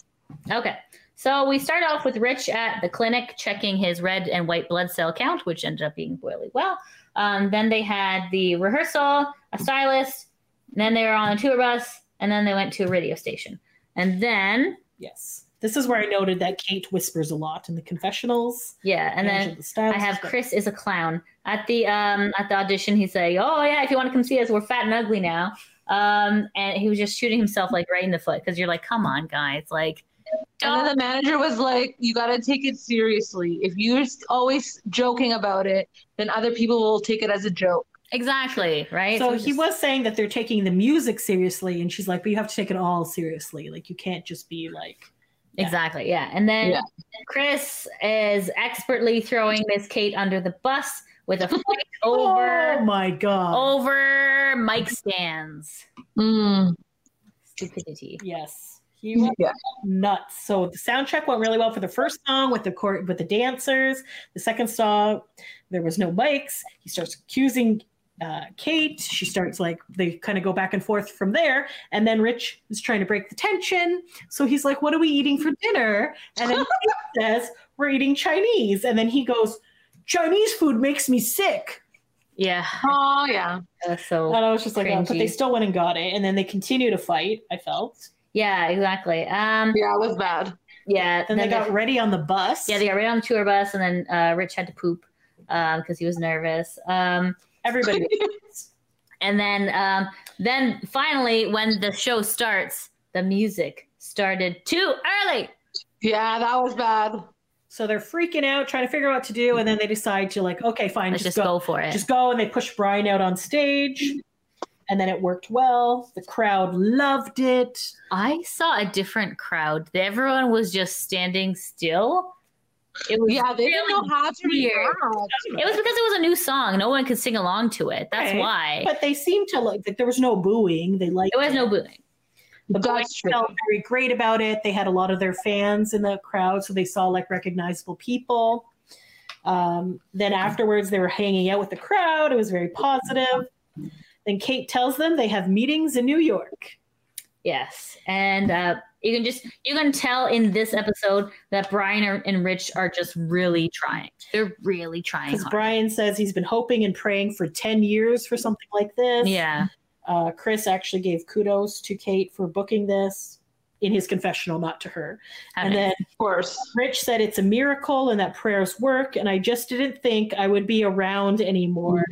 Okay. So we start off with Rich at the clinic checking his red and white blood cell count, which ended up being really well. Um, then they had the rehearsal, a stylist, and then they were on a tour bus, and then they went to a radio station. And then, Yes, this is where I noted that Kate whispers a lot in the confessionals. yeah, and then the I have Chris is a clown at the um at the audition. He's like, "Oh yeah, if you want to come see us, we're fat and ugly now." Um, and he was just shooting himself like right in the foot because you're like, "Come on, guys!" Like, And then the manager was like, you got to take it seriously. If you're always joking about it, then other people will take it as a joke. exactly right. So it's he just- was saying that they're taking the music seriously, and she's like, "But you have to take it all seriously. Like you can't just be like." Yeah. Exactly. Yeah. And then Yeah. Chris is expertly throwing Miss Kate under the bus with a fight over oh my god! over mic stands. Mm. Stupidity. Yes. He was Yeah. nuts. So the sound check went really well for the first song with the court with the dancers. The second song, there was no mics. He starts accusing uh, Kate. She starts like they kind of go back and forth from there. And then Rich is trying to break the tension. So he's like, "What are we eating for dinner?" And then Kate says, "We're eating Chinese." And then he goes, "Chinese food makes me sick." Yeah. Oh, yeah. Uh, And so I was just like, oh, but they Cringy. still went and got it. And then they continue to fight. I felt. yeah, exactly. Um Yeah, it was bad. yeah. Then, they got ready on the bus. yeah, they got right on the tour bus and then uh, Rich had to poop because he was nervous. Um everybody. and then um then finally when the show starts, the music started too early. Yeah, that was bad. So they're freaking out, trying to figure out what to do, and then they decide to like, okay, fine, Let's just, just go, go for it. just go, and they push Brian out on stage, and then it worked well. The crowd loved it. I saw a different crowd. Everyone was just standing still. It was Yeah, they really- didn't know how to weird. react. It was because it was a new song. No one could sing along to it. That's Right. why but they seemed to like that. There was no booing. They liked. there was no booing. The boys That's true. felt very great about it. They had a lot of their fans in the crowd, so they saw like recognizable people. Um, then afterwards, they were hanging out with the crowd. It was very positive. Then Kate tells them they have meetings in New York. Yes, and uh, you can just you can tell in this episode that Brian are- and Rich are just really trying. They're really trying. Because Hard. Brian says he's been hoping and praying for 10 years for something like this. yeah, Uh, Chris actually gave kudos to Kate for booking this in his confessional, not to her. having- And then Of course. Rich said it's a miracle and that prayers work. And I just didn't think I would be around anymore.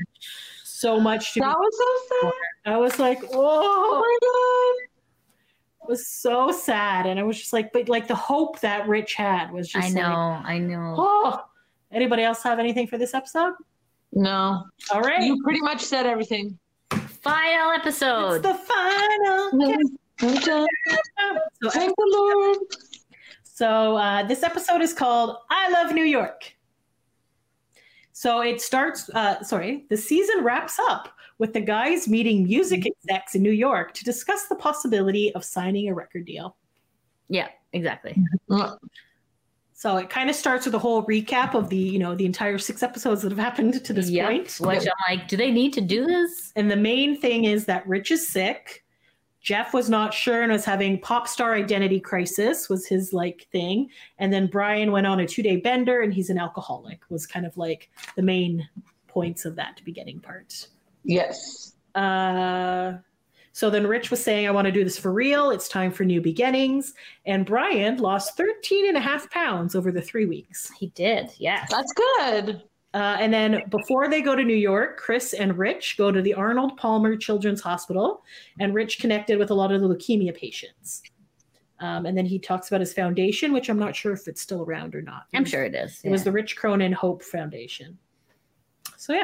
So much to That was so sad. be. I was like, oh, Oh it was so sad. And I was just like, but like the hope that Rich had was just I like, know, I know. oh, anybody else have anything for this episode? my god. All No. right. You pretty much said everything. Final it's episode. the final. Thank So the Lord. So uh, this episode is called "I Love New York." So it starts. Uh, sorry, the season wraps up with the guys meeting music execs in New York to discuss the possibility of signing a record deal. yeah, exactly. So it kind of starts with a whole recap of the, you know, the entire six episodes that have happened to this Yep. point. Which I'm like, do they need to do this? And the main thing is that Rich is sick. Jeff was not sure and was having pop star identity crisis was his like thing. And then Brian went on a two day bender and he's an alcoholic was kind of like the main points of that beginning part. Yes. Uh, so then Rich was saying, I want to do this for real. It's time for new beginnings. And Brian lost 13 and a half pounds over the three weeks. He did, yes. That's good. Uh, and then before they go to New York, Chris and Rich go to the Arnold Palmer Children's Hospital, and Rich connected with a lot of the leukemia patients. Um, and then he talks about his foundation, which I'm not sure if it's still around or not. I'm sure it is. It was yeah. the Rich Cronin Hope Foundation. So, yeah.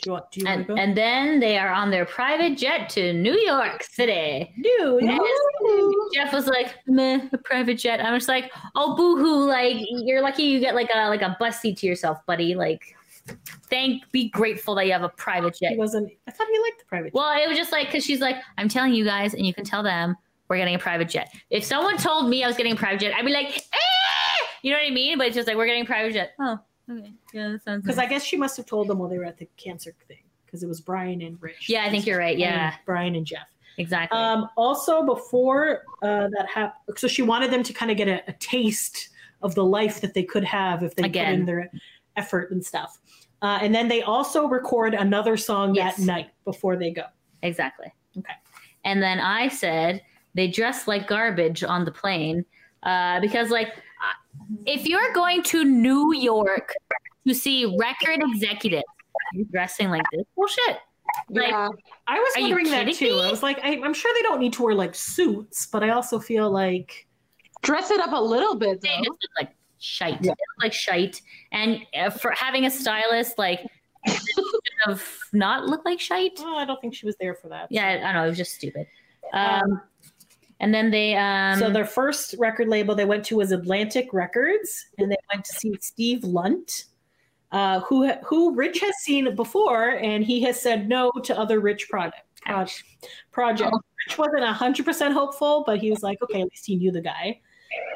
Do you want, do you want and, to go? and then they are on their private jet to New York City. New. And Jeff was like, meh, a private jet. I'm just like, oh boohoo, like you're lucky you get like a like a bus seat to yourself, buddy. Like thank be grateful that you have a private jet. He wasn't. I thought he liked the private. Well, it was just like because she's like, I'm telling you guys, and you can tell them we're getting a private jet. If someone told me I was getting a private jet, I'd be like, "Ah!" you know what I mean? But it's just like we're getting a private jet. Oh, okay, yeah, that sounds. Because nice. I guess she must have told them while they were at the cancer thing. Because it was Brian and Rich. yeah, I think you're right. Yeah, And Brian and Jeff. exactly. Um, also, before uh, that happened, so she wanted them to kind of get a, a taste of the life that they could have if they put Again. in their effort and stuff. Uh, and then they also record another song Yes. that night before they go. Exactly. Okay. And then I said they dress like garbage on the plane uh, because, like, uh, if you're going to New York to see record executives dressing like this, well, shit. Like, yeah. I was Are you wondering that kidding too. me? I was like, I, I'm sure they don't need to wear like suits, but I also feel like Dress it up a little bit they just though. look like shite. Yeah. They look like shite. And uh, for having a stylist, like, of not look like shite. oh, I don't think she was there for that. Yeah, I don't know. It was just stupid. Um, Um, and then they. Um, so their first record label they went to was Atlantic Records, and they went to see Steve Lunt, uh, who who Rich has seen before, and he has said no to other Rich product proj- project. Rich wasn't hundred percent hopeful, but he was like, okay, at least he knew the guy.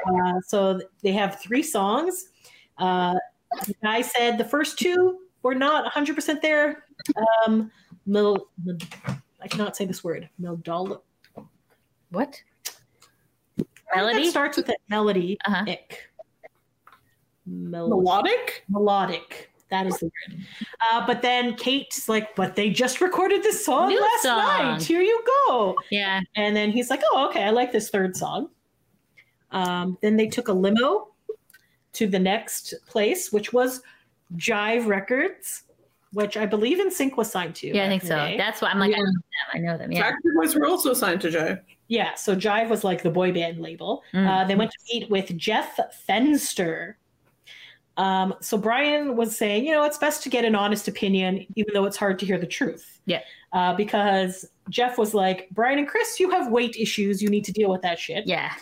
Uh, so they have three songs. Uh, the guy said the first two were not hundred percent there. Um, mil, mil- I cannot say this word. Mildol- what? I think Melody? that starts with that melody. Uh-huh. Ick. Mel- Melodic? melodic. That is the word. Uh, but then Kate's like, but they just recorded this song New last song. night. Here you go. Yeah. And then he's like, oh, okay, I like this third song. Um, then they took a limo to the next place, which was Jive Records, which I believe in sync was signed to. Yeah, I back think in so. the day. That's why I'm like, Yeah. I know them. I know them. Yeah. Factory Boys were also signed to Jay. yeah, so Jive was like the boy band label. Mm. Uh, they went to meet with Jeff Fenster. Um, so Brian was saying, you know, it's best to get an honest opinion, even though it's hard to hear the truth. Yeah. Uh, because Jeff was like, Brian and Chris, you have weight issues. You need to deal with that shit. yeah.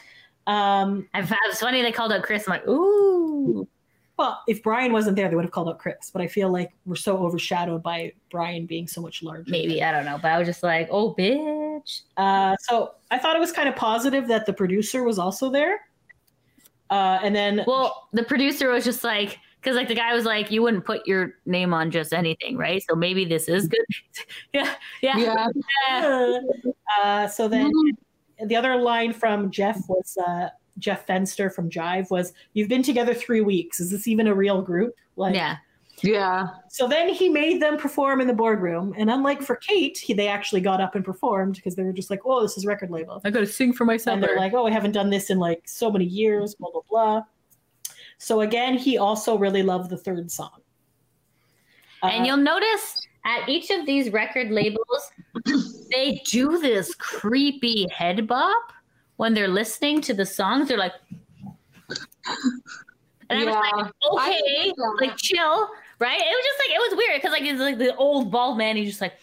Um, I, it was funny they called out Chris. I'm like, ooh. well, if Brian wasn't there, they would have called out Chris. But I feel like we're so overshadowed by Brian being so much larger. Maybe. I don't know. But I was just like, oh, bitch. Uh, so I thought it was kind of positive that the producer was also there. Uh, and then Well, the producer was just like, because like the guy was like, you wouldn't put your name on just anything, right? So maybe this is good. yeah. Yeah. Yeah. Yeah. Uh, so then the other line from Jeff was uh, Jeff Fenster from Jive was, "You've been together three weeks. Is this even a real group?" Like, Yeah. Yeah. so then he made them perform in the boardroom, and unlike for Kate, he, they actually got up and performed because they were just like, "Oh, this is record label," I got to sing for myself. and they're or- like, "Oh, we haven't done this in like so many years." Blah blah blah. So again, he also really loved the third song. and Uh, you'll notice at each of these record labels, they do this creepy head bop when they're listening to the songs. They're like, and I was yeah. I okay, didn't know that. like chill, right? It was just like it was weird because like it's like the old bald man. He's just like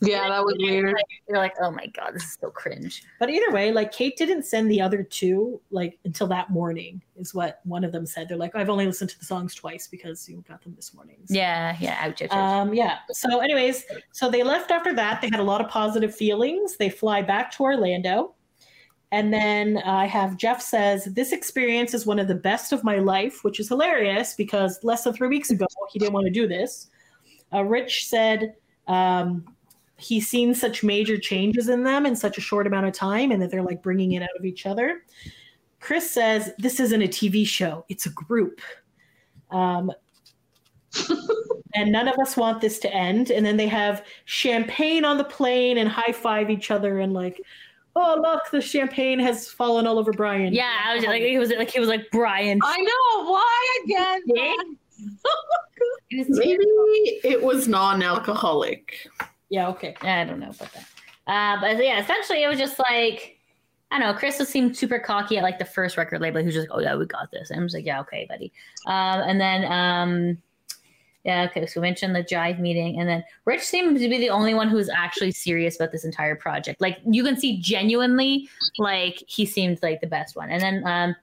yeah, that was weird. you're like, oh my god, this is so cringe. But either way, like Kate didn't send the other two like until that morning is what one of them said. They're like, I've only listened to the songs twice because you got them this morning. So, Yeah, yeah, ouch, ouch, ouch. Um, yeah. So, anyways, so they left after that. They had a lot of positive feelings. They fly back to Orlando, And then I have Jeff says, This experience is one of the best of my life, which is hilarious because less than three weeks ago, he didn't want to do this. Uh, Rich said um, he's seen such major changes in them in such a short amount of time and that they're like bringing it out of each other. Chris says, This isn't a TV show, it's a group. Um, and none of us want this to end. And then they have champagne on the plane and high five each other and like, oh look, the champagne has fallen all over Brian. Yeah, I was just like, he was like, he was like Brian. I know why again. Yeah. It was Maybe it was non alcoholic. yeah, okay. I don't know about that. Uh, but yeah, essentially, it was just like I don't know. Chris was seemed super cocky at like the first record label. He was just like, "Oh yeah, we got this." And I was like, "Yeah, okay, buddy." Um, and then um, yeah, okay. So we mentioned the Jive meeting, and then Rich seemed to be the only one who was actually serious about this entire project. Like you can see, genuinely, like he seemed like the best one. And then um,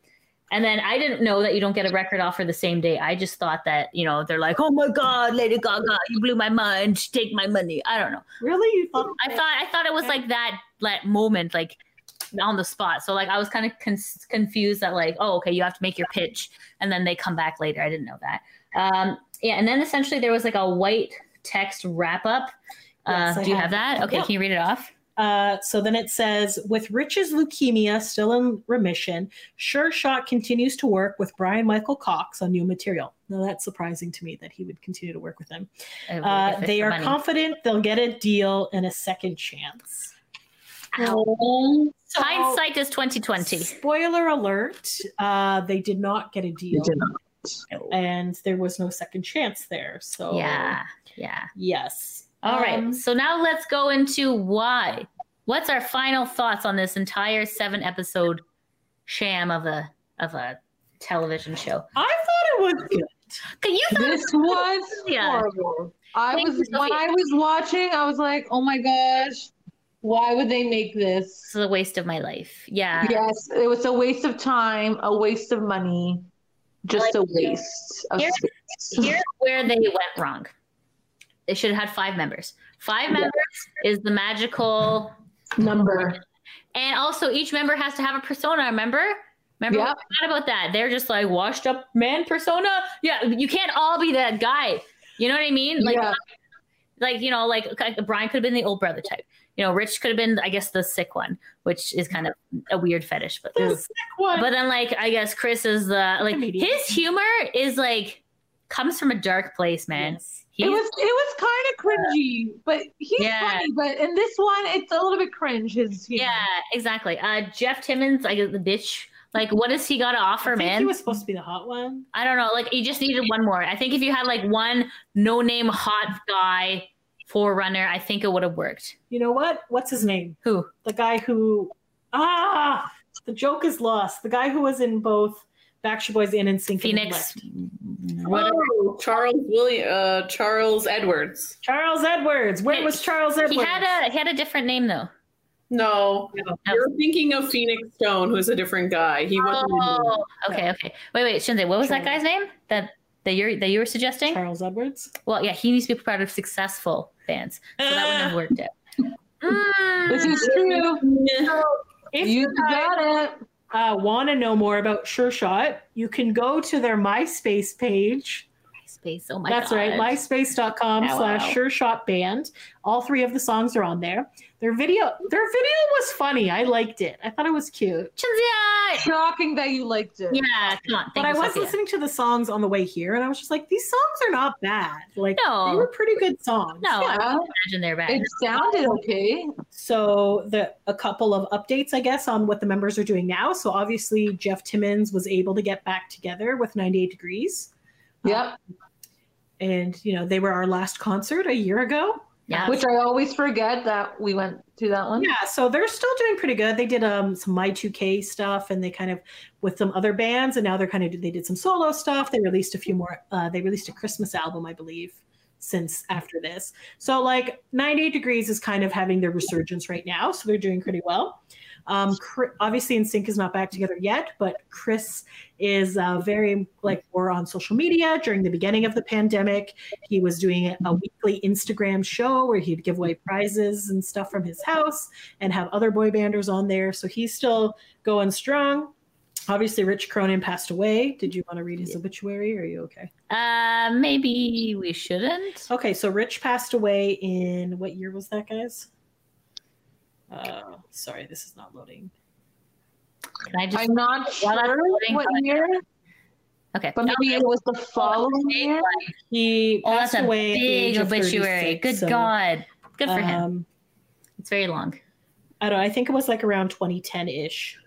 and then I didn't know that you don't get a record offer the same day. I just thought that you know they're like, "Oh my God, Lady Gaga, you blew my mind. Take my money." I don't know. Really? You thought I thought I thought it was like that that moment, like on the spot. So like I was kind of con- confused that like, oh, okay, you have to make your pitch, and then they come back later. I didn't know that. Um, yeah, and then essentially there was like a white text wrap up. Uh, Yes, I do you have have that? that. Okay, Yeah. can you read it off? Uh, so then it says, with Rich's leukemia still in remission, Sure Shot continues to work with Brian Michael Cox on new material. Now that's surprising to me that he would continue to work with them. I will Uh, if it's they for are money. confident they'll get a deal and a second chance. Oh, So- Hindsight is twenty twenty. Spoiler alert, uh, they did not get a deal and there was no second chance there. So, Yeah, yeah. Yes. All right. Um, So now let's go into why. What's our final thoughts on this entire seven episode sham of a of a television show? I thought it was good. Okay, you thought this was Yeah. horrible. I Thank was you, when I Sophia. was watching. I was like, oh my gosh, why would they make this this? is a waste of my life. Yeah. Yes, it was a waste of time, a waste of money, just a waste of Here- space. Here's where they went wrong. They should have had five members. Five members is the magical number. and also each member has to have a persona, remember? Remember Yep. we forgot about that. They're just like washed up man persona. Yeah, you can't all be that guy. You know what I mean? Like yeah, like you know like like brian could have been the old brother type you know rich could have been i guess the sick one which is kind of a weird fetish but The sick one. but then like i guess chris is the like Comedian. his humor is like comes from a dark place man Yes. He's it was it was kind of cringy, but he's Yeah. funny. But in this one, it's a little bit cringe. His humor. yeah exactly uh jeff timmons like the bitch like what has he got to I offer think man He was supposed to be the hot one. I don't know. Like you just needed one more. I think if you had like one no name hot guy forerunner, I think it would have worked. You know what? What's his name? Who? The guy who. Ah! The joke is lost. The guy who was in both Backstreet Boys and in Sync. Phoenix. What- Oh, Charles William, uh, Charles Edwards. Charles Edwards. Where He- was Charles Edwards? He had a he had a different name though. No, No. you're thinking of Phoenix Stone, who's a different guy. He wasn't. in Oh, okay, okay. Wait, wait, Shinze, what was that Sure. guy's name that that you that you were suggesting? Charles Edwards. Well, yeah, he needs to be part of successful bands, so that wouldn't have worked out. This Mm. is true. If You got it. uh, want to know more about Sure Shot, you can go to their MySpace page. MySpace. Oh my That's God. right, myspace.com Wow, slash wow. Sure Shot Band. All three of the songs are on there. Their video, their video was funny. I liked it. I thought it was cute. Shinze. Shocking that you liked it. Yeah, come on. Thank but I you, was Sophia. listening to the songs on the way here, and I was just like, these songs are not bad. Like No. they were pretty good songs. No, I Yeah, imagine they're back. it sounded okay. So the a couple of updates, I guess, on what the members are doing now. So obviously Jeff Timmons was able to get back together with 98 Degrees. Yep. and you know they were our last concert a year ago Yeah. Which I always forget that we went to that one. yeah so they're still doing pretty good they did um some my 2k stuff and they kind of with some other bands and now they're kind of they did some solo stuff they released a few more uh, they released a christmas album i believe since after this so like 98 degrees is kind of having their resurgence right now so they're doing pretty well Um, Chri- obviously, NSYNC is not back together yet, but Chris is uh, very like more on social media during the beginning of the pandemic. He was doing a weekly Instagram show where he'd give away prizes and stuff from his house and have other boy banders on there. So he's still going strong. Obviously, Rich Cronin passed away. Did you want to read his obituary? Or are you okay? Uh, maybe we shouldn't. Okay, so Rich passed away in what year was that, guys? Uh, sorry, this is not loading. Can I just I'm not Well, that's sure voting what color. year, okay. but maybe it was the following year. He Oh, passed that's a away. at the age big of obituary. 36, Good so, God. Good for him. um, It's very long. I don't. I think it was like around 2010 ish.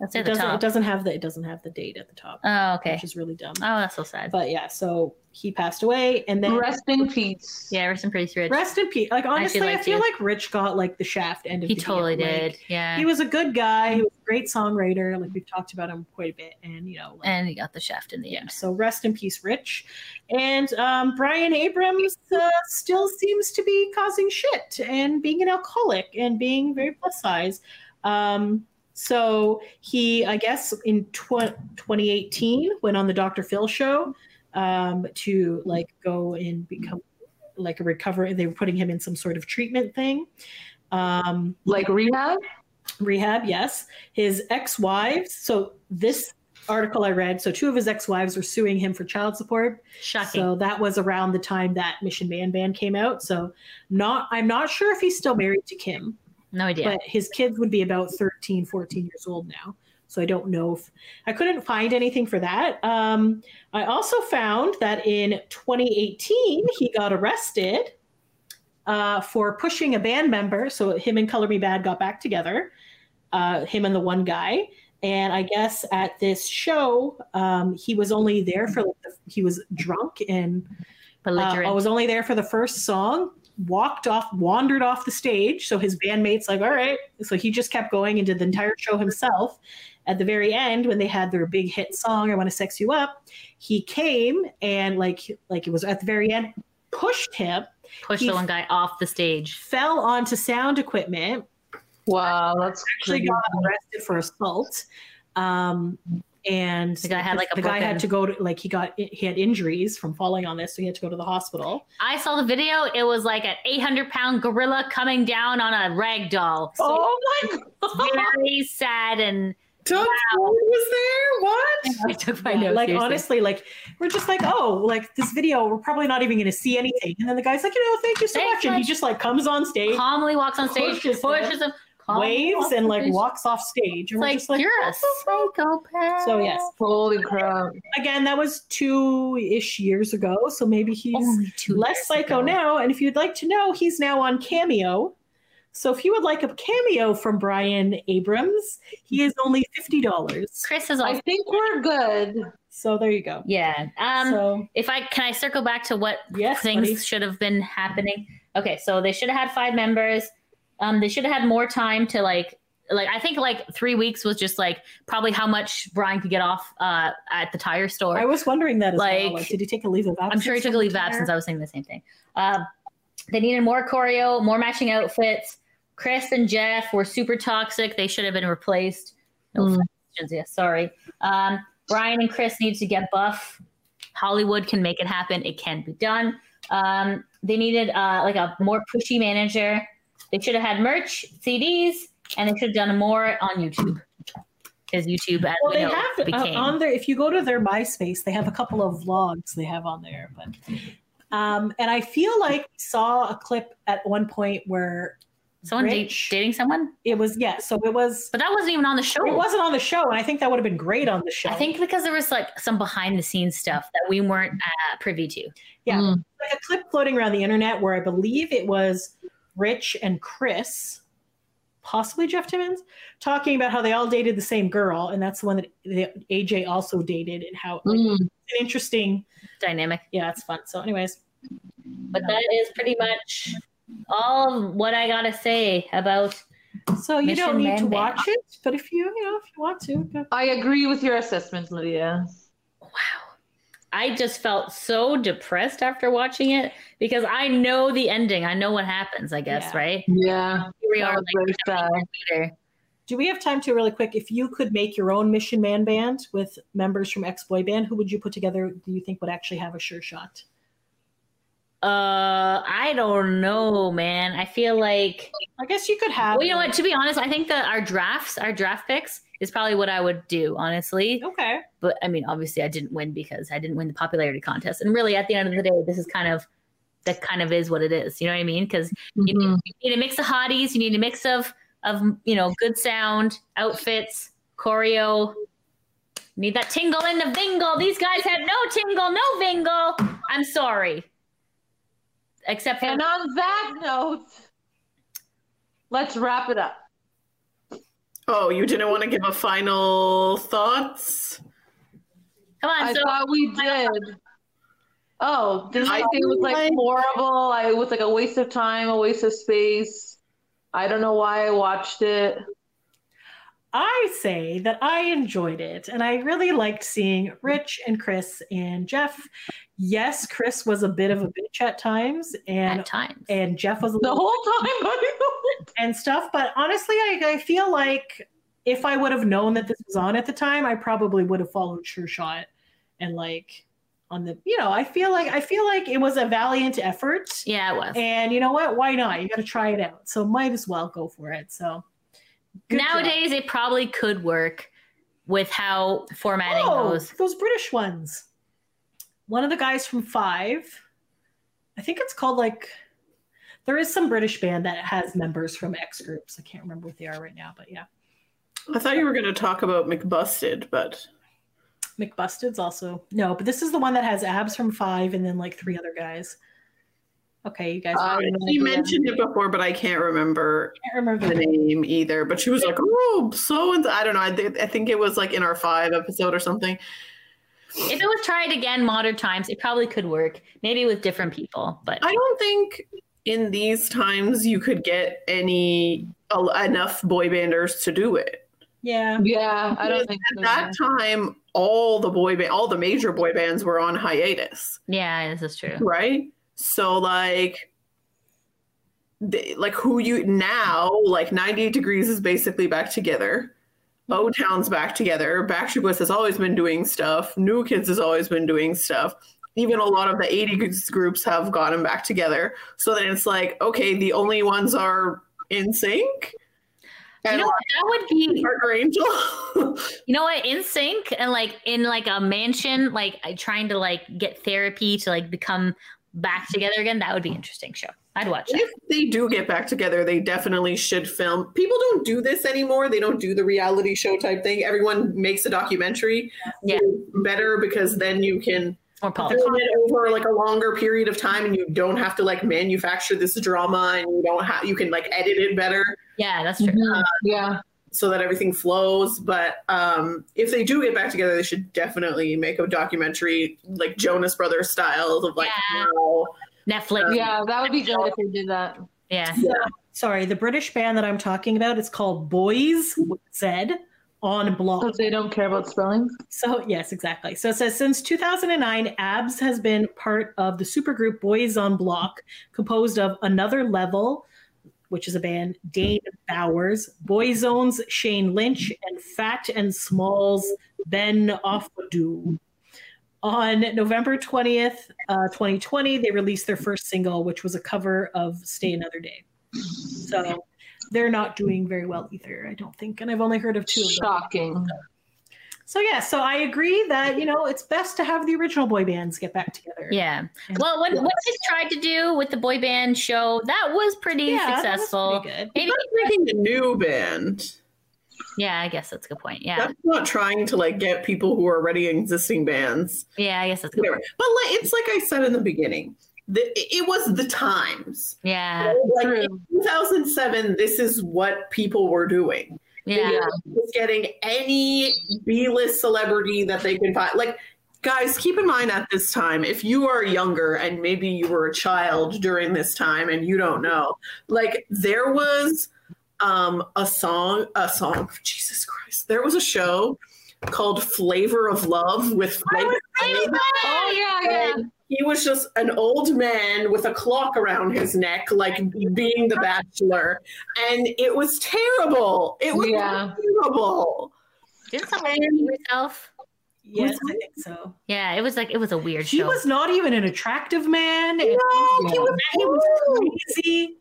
That's It at the doesn't. It top. doesn't have the. It doesn't have the date at the top, Oh, okay. which is really dumb. Oh, that's so sad. But yeah, so he passed away, and then Rest in peace. Yeah, rest in peace, Rich. rest in peace. Like honestly, I liked feel you. like Rich got like the shaft end of he the deal. totally Like, did. Yeah. He was a good guy. He was a great songwriter. Like we've talked about him quite a bit, and you know, like, and he got the shaft in the yeah. end. So rest in peace, Rich. And um, Brian Abrams uh, still seems to be causing shit and being an alcoholic and being very plus size. Um, so he, I guess, in tw- 2018, went on the Dr. Phil show um, to like go and become like a recovery. They were putting him in some sort of treatment thing. Um, Like rehab? rehab yes his ex-wives so this article i read so two of his ex-wives were suing him for child support Shocking. so that was around the time that mission man band came out so not i'm not sure if he's still married to kim no idea. but his kids would be about 13 14 years old now so i don't know if i couldn't find anything for that um, i also found that in 2018 he got arrested uh, for pushing a band member so him and color me bad got back together uh, him and the one guy and i guess at this show um, he was only there for like the, he was drunk and uh, Belligerent. I was only there for the first song. Walked off, wandered off the stage. So his bandmates like, all right. So he just kept going and did the entire show himself. At the very end, when they had their big hit song, "I Want to Sex You Up," he came and like, like it was at the very end, pushed him, Pushed he- the one guy off the stage. fell onto sound equipment, Wow, that's actually pretty- got arrested for assault. Um, and The guy had, like, a the guy had broken- to go to like he got he had injuries from falling on this, so he had to go to the hospital. I saw the video. It was like an 800 pound gorilla coming down on a rag doll. So Oh my it's very sad. And Doug Ford was there. What? I took my Yeah, notes. like seriously. honestly, like we're just like, oh, like this video, we're probably not even going to see anything. And then the guy's like, you know, thank you so much, Thanks and he much. just like comes on stage, calmly walks on stage, Pushes pushes, him. him, calmly waves, walks and on like stage. walks off stage. It's And we're like just like, you're a what the fuck?" psychopath. So, yes. holy crap. again, that was two ish years ago, so maybe he's Only two less years psycho ago. now. And if you'd like to know, he's now on Cameo. So if you would like a cameo from Brian Abrams, he is only fifty dollars. Chris is I also. think we're good. So there you go. Yeah. Um. so if I can, I circle back to what yes, things buddy. should have been happening. Okay, so they should have had five members. Um, they should have had more time to like, like I think like three weeks was just like probably how much Brian could get off uh, at the tire store. I was wondering that as well. Like- Like, did he take a leave of absence? I'm sure he took a from leave of there? absence. I was saying the same thing. Um, they needed more choreo, more matching outfits. Chris and Jeff were super toxic. They should have been replaced. No Hmm. Mm. offense, Jenzia, sorry. Um, Brian and Chris need to get buff. Hollywood can make it happen. It can be done. Um, they needed uh, like a more pushy manager. They should have had merch, CDs, and they should have done more on YouTube. Because YouTube, as Well, we they know, have became uh, on their. If you go to their MySpace, they have a couple of vlogs they have on there. But um, and I feel like we saw a clip at one point where someone da- rich. dating someone, it was yeah. So it was but that wasn't even on the show. it wasn't on the show, and I think that would have been great on the show. Oh. I think because there was like some behind the scenes stuff that we weren't uh, privy to. Yeah. Mm. like a clip floating around the internet where I believe it was Rich and Chris, possibly Jeff Timmons, talking about how they all dated the same girl, and that's the one that the, AJ also dated, and how like, Mm. it's an interesting. Dynamic. Yeah, it's fun. So, anyways. But that is pretty much all of what I gotta say about So you don't Mission need to Man Band. watch it, but if you you know if you want to, go. I agree with your assessment, Lydia. wow. I just felt so depressed after watching it because I know the ending. I know what happens, I guess, Yeah. right? Yeah. Here we That are was like very sad. later. Do we have time to really quick? If you could make your own Mission Man band with members from X Boy Band, who would you put together? Do you think would actually have a sure shot? Uh, I don't know, man. I feel like I guess you could have. well, you know what? To be honest, I think that our drafts, our draft picks, is probably what I would do, honestly. Okay. But I mean, obviously, I didn't win because I didn't win the popularity contest. And really, at the end of the day, this is kind of that kind of is what it is. You know what I mean? Because you Mhm. need a mix of hotties, you need a mix of of you know good sound, outfits, choreo. Need that tingle in the vingle. These guys have no tingle, no vingle. I'm sorry. Except for And on that note, let's wrap it up. Oh, you didn't want to give a final thoughts? come on, I so thought we did. Oh, this I I thing was like like- horrible. I it was like a waste of time, a waste of space. I don't know why I watched it. I say that I enjoyed it and I really liked seeing Rich and Chris and Jeff. Yes, Chris was a bit of a bitch at times and at times. and Jeff was a The little whole time. and stuff, but honestly I, I feel like if I would have known that this was on at the time, I probably would have followed Sure Shot and like on the you know, I feel like I feel like it was a valiant effort. yeah, it was. And you know what? Why not? You got to try it out. So might as well go for it. So good job. Nowadays, it probably could work with how formatting oh, goes. those British ones. One of the guys from Five, I think it's called like. There is some British band that has members from X groups. I can't remember what they are right now, but yeah, I thought you were going to talk about McBusted, but McBusted's also no, but this is the one that has abs from Five and then like three other guys. Okay, you guys. I I don't know. you mentioned it before, but I can't remember can't remember. the the name. name either. But she was like, "Oh, so and I don't know. I, th- I think it was like in our five episode or something. If it was tried again, modern times, it probably could work. Maybe with different people, but I don't think in these times you could get any el- enough boy banders to do it. Yeah, Yeah, I don't think At so. that time, all the boy band, all the major boy bands were on hiatus. yeah, this is true. right so like they, like who you now like 98 degrees is basically back together Mm-hmm. o town's back together backstreet boys has always been doing stuff new kids has always been doing stuff even a lot of the 80s groups have gotten back together so then it's like okay the only ones are in sync You and know what? That would be. Parker Angel. You know what? In sync and like in like a mansion, like I- trying to like get therapy to like become back together again. That would be an interesting show. I'd watch it. if they do get back together, they definitely should film. People don't do this anymore. They don't do the reality show type thing. Everyone makes a documentary. Yeah. It's better because then you can More film public. it over like a longer period of time, and you don't have to like manufacture this drama, and you don't have you can like edit it better Yeah, that's true. Mhm. Yeah. so that everything flows. But um, if they do get back together, they should definitely make a documentary like Jonas Brothers style of like Yeah. how Netflix. Yeah. Yeah, that would be good if they did that. yeah. sorry. The British band that I'm talking about is called Boys with Z on Blog. Because they don't care about spelling. So, yes, exactly. So it says since 2009, ABS has been part of the supergroup Boys on Block, composed of Another Level, which is a band, Dane Bowers, Boyzone's Shane Lynch, and Fat and Small's Ben Offadu. On November 20th, uh, 2020, they released their first single, which was a cover of Stay Another Day. So they're not doing very well either, I don't think. And I've only heard of two of them. Shocking. So yeah, so I agree that you know it's best to have the original boy bands get back together. Yeah. Well, what what they tried to do with the boy band show that was pretty Yeah, that was successful. pretty good. Maybe, not making a new band. yeah, I guess that's a good point. Yeah, That's not trying to like get people who are already existing bands. yeah, I guess that's a good. Whatever. Point. But like it's like I said in the beginning, the, it was the times. Yeah, like True. in 2007, this is what people were doing. yeah, Just getting any B-list celebrity that they could find. Like guys, keep in mind at this time, if you are younger and maybe you were a child during this time and you don't know, like there was um a song a song jesus christ there was a show called flavor of love with I was Flavor thinking Flav. that! Oh yeah, yeah. he was just an old man with a clock around his neck, like being the bachelor. And it was terrible. It was Yeah. terrible. Didn't someone kill herself? Yes, I think so. Yeah, it was like it was a weird He show. was not even an attractive man. No, he was, He was crazy. crazy.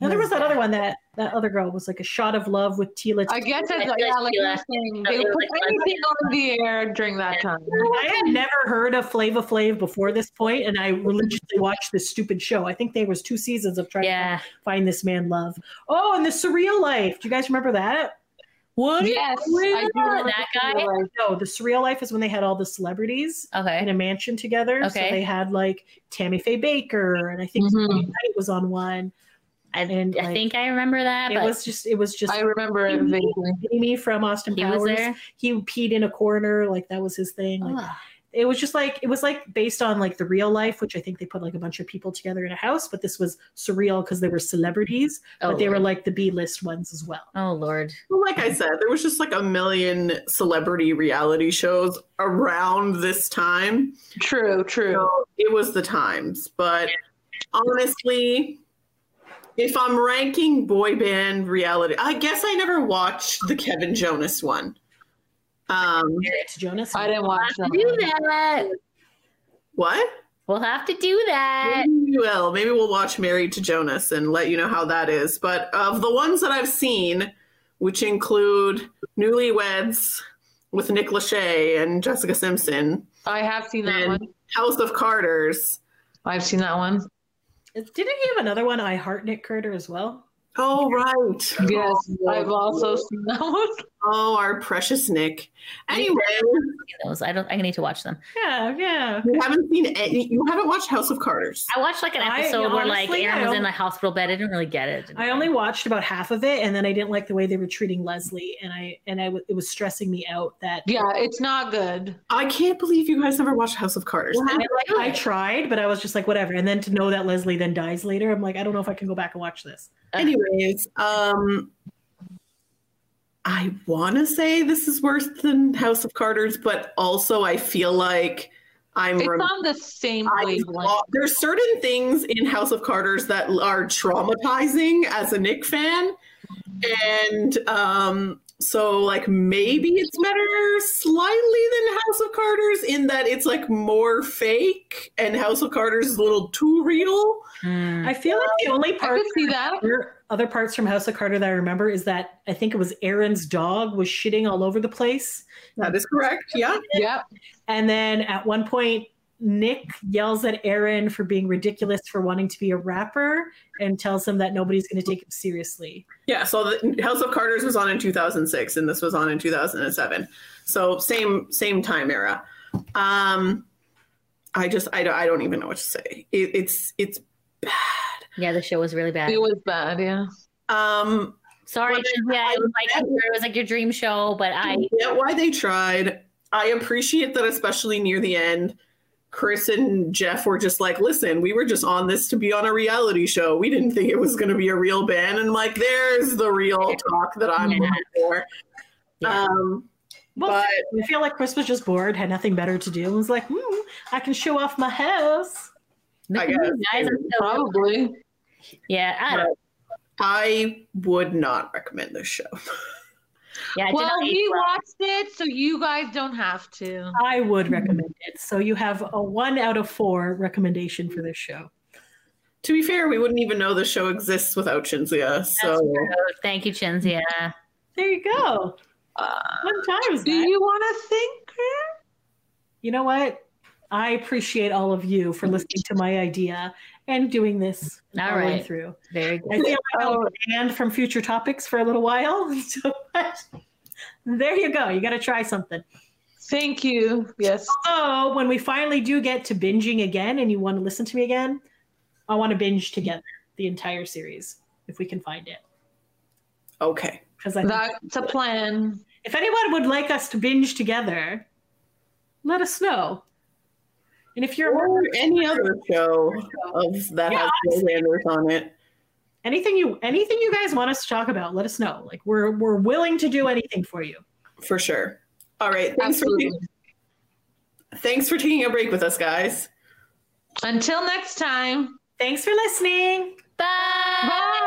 Now there was that other one that that other girl was like a shot of love with Tila. I guess that's like, yeah, like you were saying, they would put anything on the air during that time. I had never heard of Flava Flav before this point, and I religiously watched this stupid show. I think there was two seasons of trying yeah. to find this man love. Oh, and the surreal life. Do you guys remember that? What? Yes, I do remember that the guy. video. No, the surreal life is when they had all the celebrities in Okay. a mansion together. So Okay. Mm-hmm. they had like Tammy Faye Baker, and I think Mhm. Sammy Knight was on one. I, And, I like, think I remember that. It But was just, it was just I remember it vaguely. Jamie from Austin he Powers. was there. Ah. He peed in a corner, like that was his thing. Like, Ugh. it was just like it was like based on like the real life, which I think they put like a bunch of people together in a house, but this was surreal because they were celebrities, Oh, but they were Lord. like the B list ones as well. Oh Lord. Well, like I said, there was just like a million celebrity reality shows around this time. True, true. So it was the times. But honestly, if I'm ranking boy band reality, I guess I never watched the Kevin Jonas one. Um, It's Jonas. I didn't watch We'll have to do that. that. what? We'll have to do that. Maybe we will. Maybe we'll watch Married to Jonas and let you know how that is. But of the ones that I've seen, which include Newlyweds with Nick Lachey and Jessica Simpson, I have seen that and one. House of Carters. I've seen that one. Didn't he have another one? I heart Nick Carter as well. Oh, right. Yes, I've also seen that one. Oh, our precious Nick. Anyway, Those. I don't. I need to watch them. Yeah, yeah. you haven't seen any, you haven't watched House of Carters. I watched like an I- episode where like honestly, Aaron I was don't- in a hospital bed. I didn't really get it. I only watched about half of it, and then I didn't like the way they were treating Leslie, and I and I w- it was stressing me out that Yeah, it's not good. I can't believe you guys never watched House of Carters. I, like, I tried, but I was just like whatever. And then to know that Leslie then dies later, I'm like I don't know if I can go back and watch this. Anyways, um I want to say this is worse than House of Carters, but also I feel like I'm It's rem- on the same I, wavelength. there's certain things in House of Carters that are traumatizing as a Nick fan. And um so like maybe it's better slightly than House of Carters in that it's like more fake and House of Carters is a little too real. Mm. I feel like the only I part could see that. Other- other parts from House of Carter that I remember is that I think it was Aaron's dog was shitting all over the place. That is correct. Yeah. Yep. And then at one point, Nick yells at Aaron for being ridiculous for wanting to be a rapper and tells him that nobody's going to take him seriously. Yeah, so the House of Carters was on in 2006 and this was on in 2007. So same same time era. Um I just I don't, I don't even know what to say. It, it's it's bad. yeah, the show was really bad. It was bad, yeah. Um Sorry, Well, Cynthia. I- It was like it was like your dream show, but I I get why they tried. I appreciate that especially near the end Chris and Jeff were just like, "Listen, we were just on this to be on a reality show. We didn't think it was going to be a real band." And like, there's the real talk that I'm Yeah. looking for. Yeah. Um Well, but I feel like Chris was just bored, had nothing better to do, and was like, hmm, I can show off my house. I guys, guess. I'm so- Probably. yeah, I don't. I would not recommend this show. Yeah, it did Well, not age we well. watched it, so you guys don't have to. I would recommend it. So you have a one out of four recommendation for this show. To be fair, we wouldn't even know the show exists without Shinzia. That's So true. Thank you, Chinzia. There you go. Uh, One time. do you want to think? you know what? I appreciate all of you for listening to my idea and doing this All all the way right. through. Very good. I feel like I'll Oh, banned from future topics for a little while. So, but there you go. You got to try something. thank you. Yes. Oh, when we finally do get to binging again and you want to listen to me again, I want to binge together the entire series if we can find it. okay. Because I think That's a plan. if anyone would like us to binge together, let us know. And if you're Or any other show of that Yeah, has Bill Sanders on it. anything you anything you guys want us to talk about let us know like we're we're willing to do anything for you For sure. All right. Thanks for Absolutely. thanks for taking a break with us guys. Until next time. Thanks for listening. Bye. Bye.